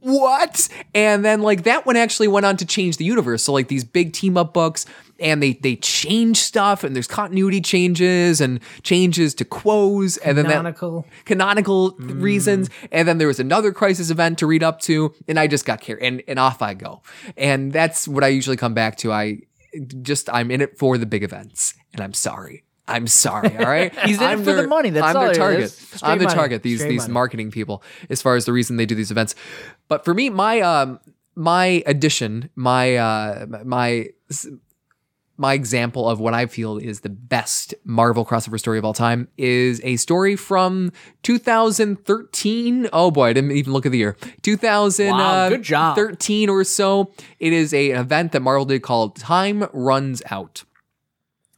A: What? And then, like, that one actually went on to change the universe. So, like, these big team up books, and they they change stuff and there's continuity changes and changes to quos and then that
B: Canonical.
A: canonical
C: Mm.
A: reasons and then there was another crisis event to read up to and I just got carried and and off I go and that's what I usually come back to I just I'm in it for the big events, and I'm sorry. I'm sorry. All right,
C: He's in it
A: I'm
C: for the money, that's
A: I'm
C: all
A: their
C: it is.
A: target.
B: Straight
A: I'm their
B: money,
A: target. These
B: straight
A: these
B: money.
A: marketing people, as far as the reason they do these events. But for me, my um my addition, my uh my my example of what I feel is the best Marvel crossover story of all time is a story from 2013. Oh boy, I didn't even look at the year. 2013
C: Wow, good job.
A: or so. It is a, an event that Marvel did called Time Runs Out.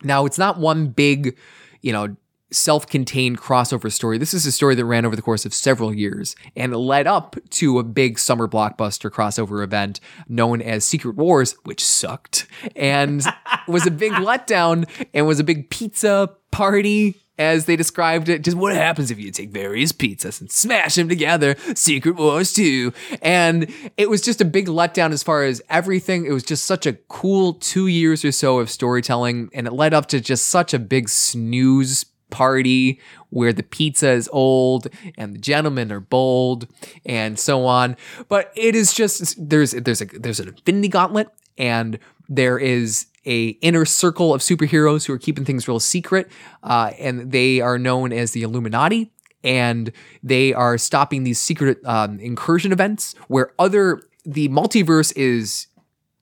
A: Now, it's not one big, you know, self contained crossover story. This is a story that ran over the course of several years and led up to a big summer blockbuster crossover event known as Secret Wars, which sucked and was a big letdown and was a big pizza party. As they described it, just what happens if you take various pizzas and smash them together? Secret Wars 2. And it was just a big letdown as far as everything. It was just such a cool two years or so of storytelling, and it led up to just such a big snooze party where the pizza is old and the gentlemen are bold and so on but it is just there's there's a there's an infinity gauntlet and there is a inner circle of superheroes who are keeping things real secret uh, and they are known as the illuminati and they are stopping these secret um, incursion events where other the multiverse is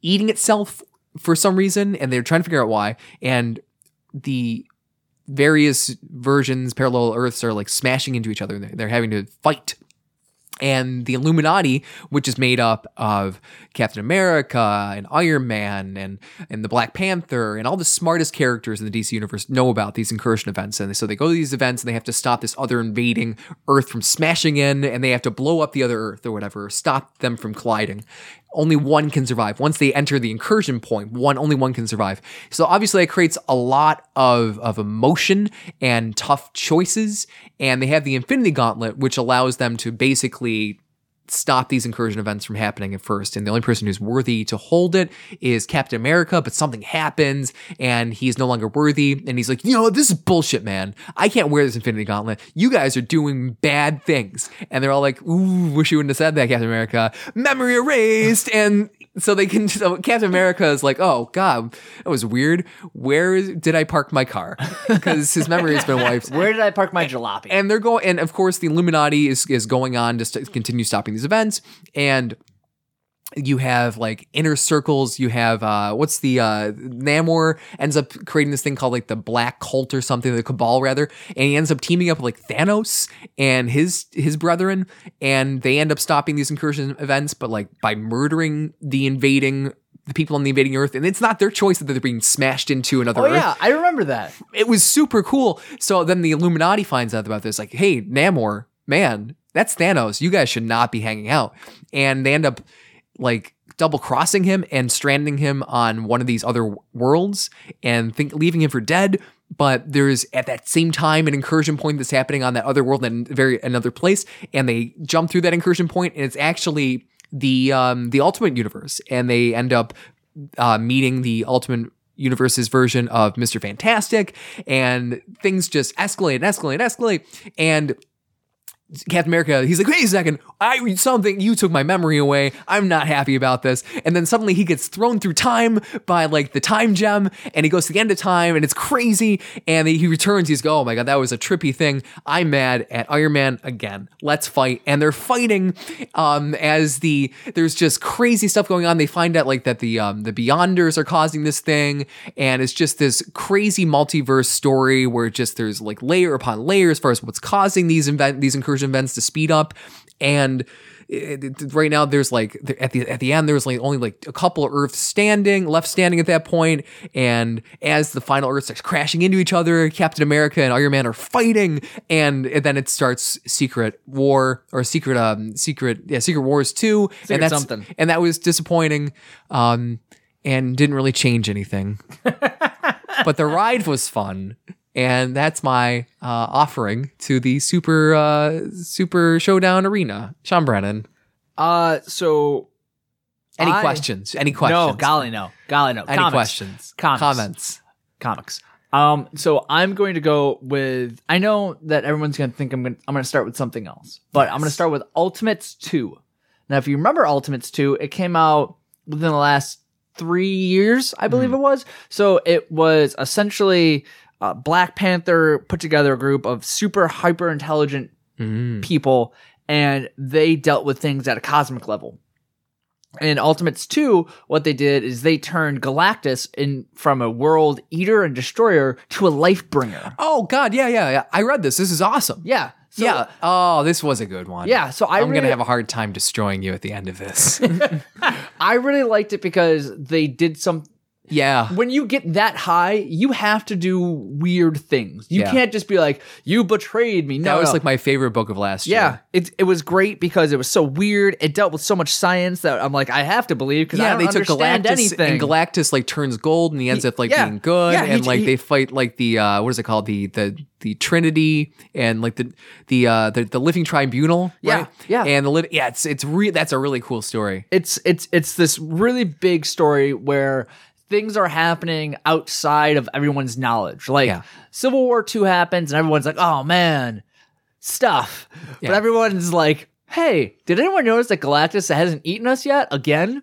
A: eating itself for some reason and they're trying to figure out why and the various versions, parallel Earths are like smashing into each other and they're, they're having to fight. And the Illuminati, which is made up of Captain America and Iron Man and, and the Black Panther and all the smartest characters in the DC universe, know about these incursion events. And so they go to these events and they have to stop this other invading Earth from smashing in and they have to blow up the other Earth or whatever, or stop them from colliding only one can survive. Once they enter the incursion point, one only one can survive. So obviously it creates a lot of, of emotion and tough choices. And they have the Infinity Gauntlet, which allows them to basically stop these incursion events from happening at first. And the only person who's worthy to hold it is Captain America, but something happens and he's no longer worthy. And he's like, you know, what? this is bullshit, man. I can't wear this Infinity Gauntlet. You guys are doing bad things. And they're all like, ooh, wish you wouldn't have said that, Captain America. Memory erased. And so they can so Captain America is like, oh God, that was weird. Where is, did I park my car? Because his memory has been wiped.
C: Where did I park my jalopy?
A: And they're going, and of course, the Illuminati is is going on to st- continue stopping these events. And you have like inner circles. You have uh, what's the uh, Namor ends up creating this thing called like the Black Cult or something, the Cabal rather, and he ends up teaming up with like Thanos and his his brethren, and they end up stopping these incursion events, but like by murdering the invading. The people on the invading Earth, and it's not their choice that they're being smashed into another
C: oh
A: Earth
C: yeah, I remember that.
A: it was super cool. So then the Illuminati finds out about this, like, hey, Namor, man, that's Thanos. You guys should not be hanging out. And they end up like double crossing him and stranding him on one of these other worlds and think leaving him for dead. But there's at that same time an incursion point that's happening on that other world and very another place, and they jump through that incursion point, and it's actually the um, the Ultimate Universe, and they end up uh, meeting the Ultimate Universe's version of Mr. Fantastic, and things just escalate and escalate and escalate. And Captain America, he's like, wait a second, I something you took my memory away. I'm not happy about this. And then suddenly he gets thrown through time by like the time gem, and he goes to the end of time, and it's crazy. And he returns. He's go, oh my god, that was a trippy thing. I'm mad at Iron Man again. Let's fight. And they're fighting. Um, as the there's just crazy stuff going on. They find out like that the um the Beyonders are causing this thing, and it's just this crazy multiverse story where just there's like layer upon layer as far as what's causing these event these incursion events to speed up and it- it- right now there's like there- at the at the end there's like only like a couple of earths standing left standing at that point and as the final earth starts crashing into each other captain america and iron man are fighting and, and then it starts secret war or secret um secret yeah secret wars 2 and that's
C: something.
A: and that was disappointing um and didn't really change anything but the ride was fun and that's my uh, offering to the super uh, super showdown arena sean brennan
C: Uh, so
A: any
C: I-
A: questions any questions
C: No, golly no, golly no.
A: any
C: Comics.
A: questions
C: Comics.
A: comments
C: comics. Um, so I'm going to go with. I know that everyone's going to think I'm going. to I'm going to start with something else, but I'm going to start with Ultimates Two. Now, if you remember Ultimates Two, it came out within the last three years, I believe it was. So it was essentially uh, Black Panther put together a group of super hyper intelligent
A: Mm.
C: people and they dealt with things at a cosmic level. In Ultimates 2, what they did is they turned Galactus in from a world eater and destroyer to a life bringer.
A: Oh God, yeah, yeah, yeah. I read this. This is awesome.
C: Yeah. So,
A: yeah. Oh, this was a good one.
C: Yeah. So I
A: I'm
C: really-
A: gonna have a hard time destroying you at the end of this.
C: I really liked it because they did some
A: yeah.
C: when you get that high, you have to do weird things. You
A: Yeah.
C: can't just be like, "You betrayed me." No,
A: That was
C: no.
A: like my favorite book of last year.
C: yeah, it it was great because it was so weird. It dealt with so much science that I'm like, I have to believe because I
A: Yeah,
C: don't
A: they took
C: understand
A: Galactus
C: anything.
A: and Galactus like turns gold and he ends up like
C: yeah.
A: being good
C: Yeah, he-
A: and like
C: he-
A: they fight like the uh what is it called? The the the Trinity and like the the uh the, the living tribunal.
C: Yeah,
A: right?
C: yeah.
A: And the liv- yeah, it's it's re- that's a really cool story.
C: it's it's it's this really big story where things are happening outside of everyone's knowledge. Like
A: Yeah.
C: Civil War Two happens, and everyone's like, "Oh man, stuff,"
A: Yeah.
C: but everyone's like. Hey, did anyone notice that Galactus hasn't eaten us yet? Again?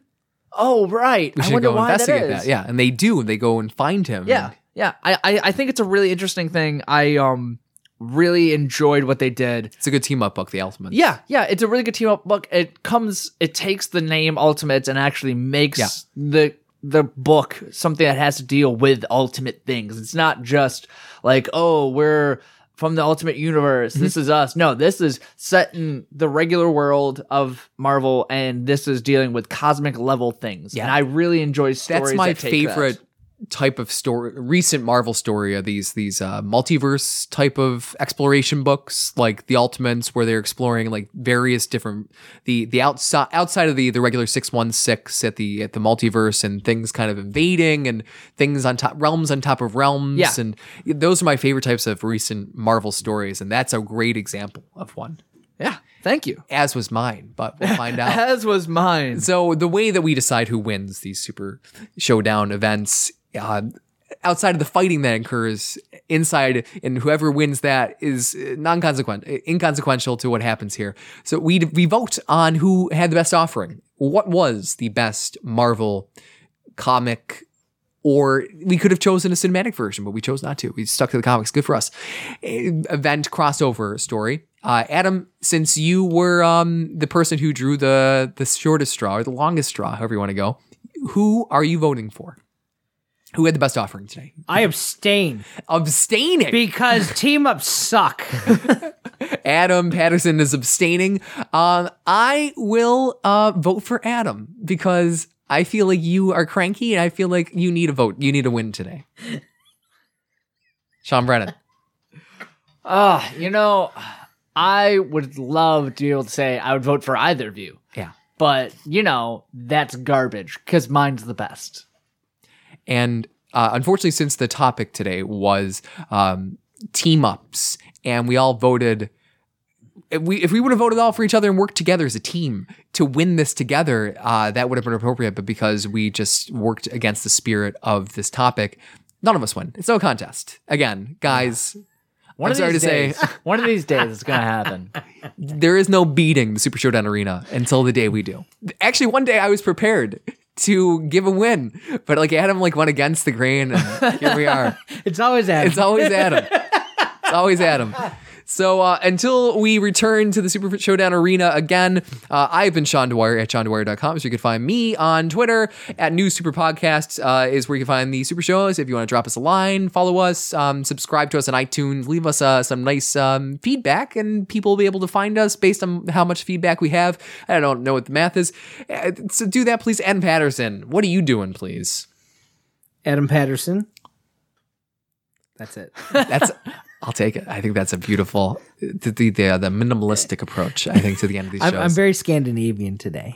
C: Oh, right.
A: We
C: I
A: should
C: wonder
A: go
C: why
A: investigate
C: that is.
A: Yeah, and they do. They go and find him.
C: Yeah, yeah. I, I I think it's a really interesting thing. I um really enjoyed what they did.
A: It's a good team up book, The Ultimate.
C: Yeah, yeah. It's a really good team up book. It comes, it takes the name Ultimates and actually makes
A: Yeah.
C: the the book something that has to deal with ultimate things. It's not just like oh we're from the ultimate universe. This is us. No, this is set in the regular world of Marvel, and this is dealing with cosmic level things.
A: Yeah.
C: And I really enjoy stories.
A: that's my
C: that take that.
A: favorite type of story recent marvel story of these these uh, multiverse type of exploration books like the ultimates where they're exploring like various different the the outside outside of the the regular 616 at the at the multiverse and things kind of invading and things on top realms on top of realms
C: Yeah.
A: and those are my favorite types of recent marvel stories and that's a great example of one
C: Yeah. Thank you.
A: as was mine but we'll find out
C: As was mine.
A: So the way that we decide who wins these super showdown events, uh, outside of the fighting that occurs inside, and whoever wins that is non-consequent, inconsequential to what happens here. So we we vote on who had the best offering. What was the best Marvel comic? Or we could have chosen a cinematic version, but we chose not to. We stuck to the comics. Good for us. Eh, Event crossover story. Uh, Adam, since you were um, the person who drew the the shortest straw or the longest straw, however you want to go, who are you voting for? Who had the best offering today?
B: I abstain
A: Abstaining.
B: because team ups suck.
A: Adam Patterson is abstaining. Um, I will uh, vote for Adam because I feel like you are cranky and I feel like you need a vote. You need a win today. Sean Brennan.
C: Ah, you know, I would love to be able to say I would vote for either of you,
A: Yeah.
C: but you know, that's garbage because mine's the best.
A: And uh, unfortunately, since the topic today was um, team ups, and we all voted, if we if we would have voted all for each other and worked together as a team to win this together, uh, that would have been appropriate. But because we just worked against the spirit of this topic, none of us win. It's no contest. Again, guys,
C: One
A: I'm
C: of
A: sorry
C: these
A: to say-
C: days, one of these days it's gonna happen.
A: there is no beating the Super Showdown Arena until the day we do. Actually, one day I was prepared to give a win, but like Adam like went against the grain, and here we are.
B: It's always that.
A: It's always Adam. it's always Adam. So uh, until we return to the Super Showdown Arena again, uh, I've been Sean Dwyer at SeanDwyer.com. So you can find me on Twitter at New Super Podcast uh, is where you can find the Super Shows. If you want to drop us a line, follow us, um, subscribe to us on iTunes, leave us uh, some nice um, feedback, and people will be able to find us based on how much feedback we have. I don't know what the math is. Uh, So do that, please. Adam Patterson, what are you doing, please?
B: Adam Patterson. That's it.
A: That's I'll take it. I think that's a beautiful the the the, uh, the minimalistic approach. I think to the end of these shows.
B: I'm, I'm very Scandinavian today.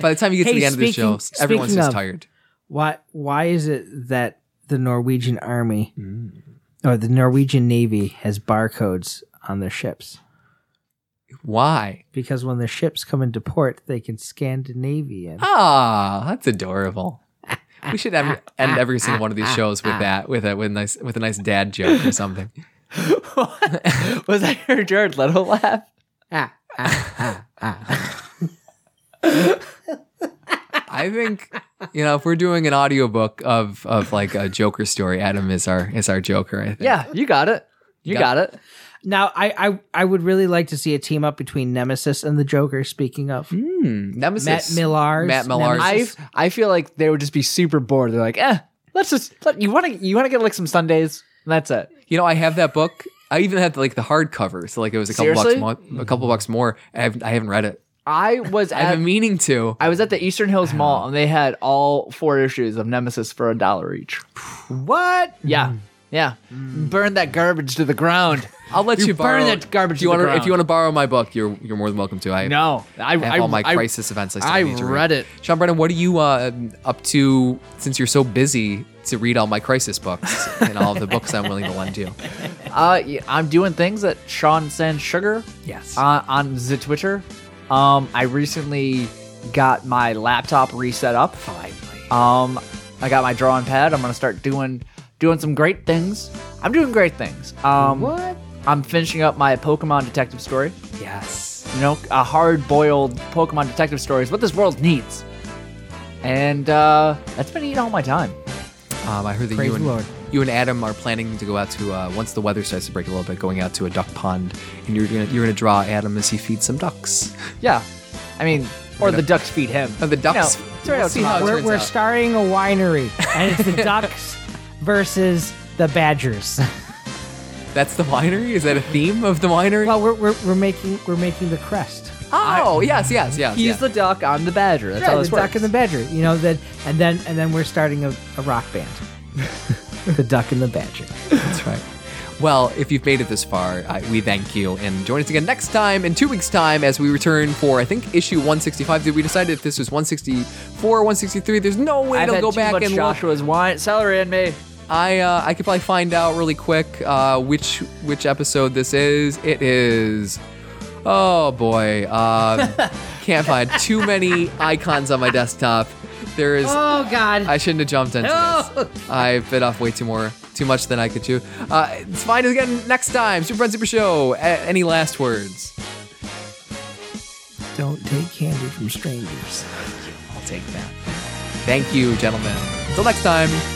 A: By the time you get to
B: Hey,
A: the end
B: speaking-
A: of the shows, everyone's
B: speaking
A: just
B: of-
A: tired.
B: Why? Why is it that the Norwegian army
A: Mm.
B: or the Norwegian navy has barcodes on their ships?
A: Why?
B: Because when their ships come into port, they can Scandinavian.
A: Ah, that's adorable. We should have, end every single one of these shows with that, with a with a nice with a nice dad joke or something.
C: Was that your Jared Leto laugh?
B: Ah, ah, ah.
A: I think You know, if we're doing an audiobook of of like a Joker story, Adam is our is our Joker. I think.
C: Yeah, you got it. You
A: Yeah.
C: got it.
B: Now, I, I I would really like to see a team up between Nemesis and the Joker. Speaking of
A: Hmm,
B: Matt
A: Nemesis.
B: Millar's
A: Matt Millar's-
C: I
B: Nemesis.
C: I feel like they would just be super bored. They're like, eh, let's just let, you want to you want to get like some Sundays. And that's it.
A: you know, I have that book. I even had like the hardcover, so like it was a couple
C: Seriously?
A: bucks more, a couple bucks more. I haven't, I haven't read it.
C: I was
A: I've
C: at
A: been meaning to.
C: I was at the Eastern Hills Mall and they had all four issues of Nemesis for a dollar each.
A: What?
C: Yeah. Yeah. Hmm. Mm. Burn that garbage to the ground.
A: I'll let you,
C: You burn
A: borrow
C: that garbage
A: If you
C: to the
A: wanna- if
C: ground.
A: you want to borrow my book, you're you're more than welcome to. I
C: No. I
A: have
C: I,
A: all my
C: I-
A: crisis events. I, still
C: I
A: need to
C: read it.
A: Sean Brennan, what are you uh, up to since you're so busy to read all my crisis books and all of the books I'm willing to lend you?
C: Uh, yeah, I'm doing things that Sean Sand Sugar
A: Yes.
C: on, on the Twitter. Um, I recently got my laptop reset up. Um, I got my drawing pad. I'm gonna start doing doing some great things. I'm doing great things. Um,
A: What?
C: I'm finishing up my Pokemon detective story.
A: Yes.
C: You know, a hard boiled Pokemon detective story is what this world needs. And uh, that's been eating all my time.
A: Um, I heard that
B: Praise
A: you and
B: the Lord.
A: you and Adam are planning to go out to uh, once the weather starts to break a little bit, going out to a duck pond, and you're gonna you're gonna draw Adam as he feeds some ducks.
C: Yeah, I mean, or the ducks feed him.
A: Or the ducks.
C: You know,
A: We'll
C: turns
A: see how
C: out-
A: it
B: we're
A: turns
B: we're
A: out.
B: starting a winery, and it's the Ducks versus the Badgers.
A: That's the winery. Is that a theme of the winery?
B: well, we're, we're we're making we're making the crest.
A: oh yes, yes, yes.
C: He's
A: yeah.
C: the duck. I'm the badger. That's
B: Yeah,
C: how
B: the
C: this
B: duck
C: works.
B: and the badger. You know that, and then and then we're starting a, a rock band. the duck and the badger.
A: That's right. Well, if you've made it this far, I, we thank you. And join us again next time, in two weeks' time, as we return for, I think, issue 165. Did we decide if this was 164, 163? There's no way
C: I've
A: to
C: had
A: go
C: too
A: back
C: much
A: and look.
C: Joshua's wine celery in me.
A: I, uh, I could probably find out really quick uh, which which episode this is. It is. Oh boy. Um, can't find too many icons on my desktop. There is.
B: Oh God!
A: I shouldn't have jumped into
B: No.
A: this. I bit off way too more, too much than I could chew. Uh, it's fine again next time. Super Friend Super Show. A- any last words?
B: Don't take candy from strangers.
A: I'll take that. Thank you, gentlemen. Until next time.